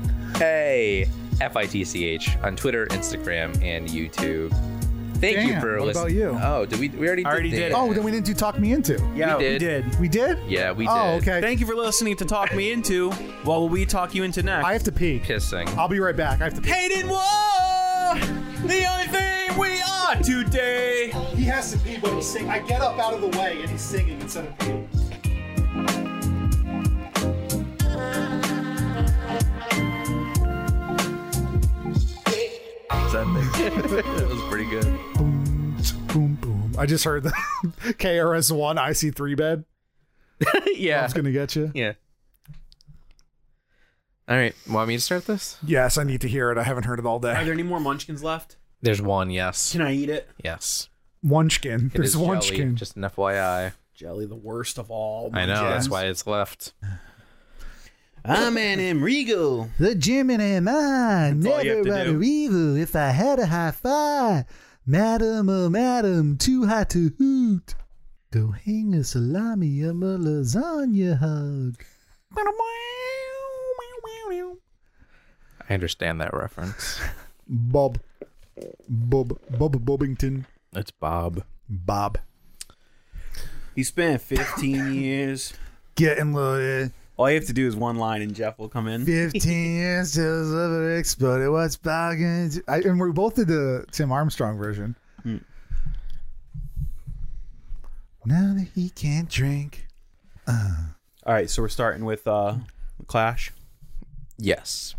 S3: A F I T C H on Twitter, Instagram, and YouTube. Thank you
S2: Dan,
S3: for
S2: what about
S3: listening.
S2: you?
S3: Oh, did we? We already did.
S1: Already
S3: Dan.
S1: did it.
S2: oh, then we didn't do talk me into.
S1: Yeah,
S3: We did.
S2: We did.
S3: Yeah, we did.
S2: Oh, okay.
S1: Thank you for listening to Talk Me Into. What will we talk you into next?
S2: I have to pee.
S3: Kissing.
S2: I'll be right back. I have to. Pee.
S1: Hayden War! The only thing we are today!
S4: He has to pee, but he's singing. I get up out of the way, and he's singing instead of peeing.
S3: that was pretty good.
S2: Boom, boom, boom. I just heard the KRS One IC three bed.
S3: yeah.
S2: It's gonna get you.
S3: Yeah. All right. Want me to start this?
S2: Yes, I need to hear it. I haven't heard it all
S1: Are
S2: day.
S1: there any more munchkins left?
S3: There's one. Yes.
S1: Can I eat it?
S3: Yes.
S2: Munchkin.
S3: It
S2: There's
S3: is jelly,
S2: Munchkin.
S3: Just an FYI.
S1: Jelly, the worst of all.
S3: I know. That's
S2: Yes.
S3: why it's left.
S1: I'm an Emrigo.
S2: The Jimmy and I
S1: all you have
S2: never
S1: to
S2: run
S1: do.
S2: a evil if I had a high five. Madam, oh, madam, too hot to hoot. Go hang a salami, I'm a lasagna hug.
S3: I understand that reference.
S2: Bob. Bob. Bob Bobbington.
S3: It's Bob.
S2: Bob.
S1: He spent 15 years.
S2: Getting loaded.
S1: All you have to do is one line and Jeff will come in.
S2: 15 years till the liver exploded. What's bargain? I, and we both did the Tim Armstrong version. Now that he can't drink.
S1: All right, so we're starting with uh, Clash.
S3: Yes.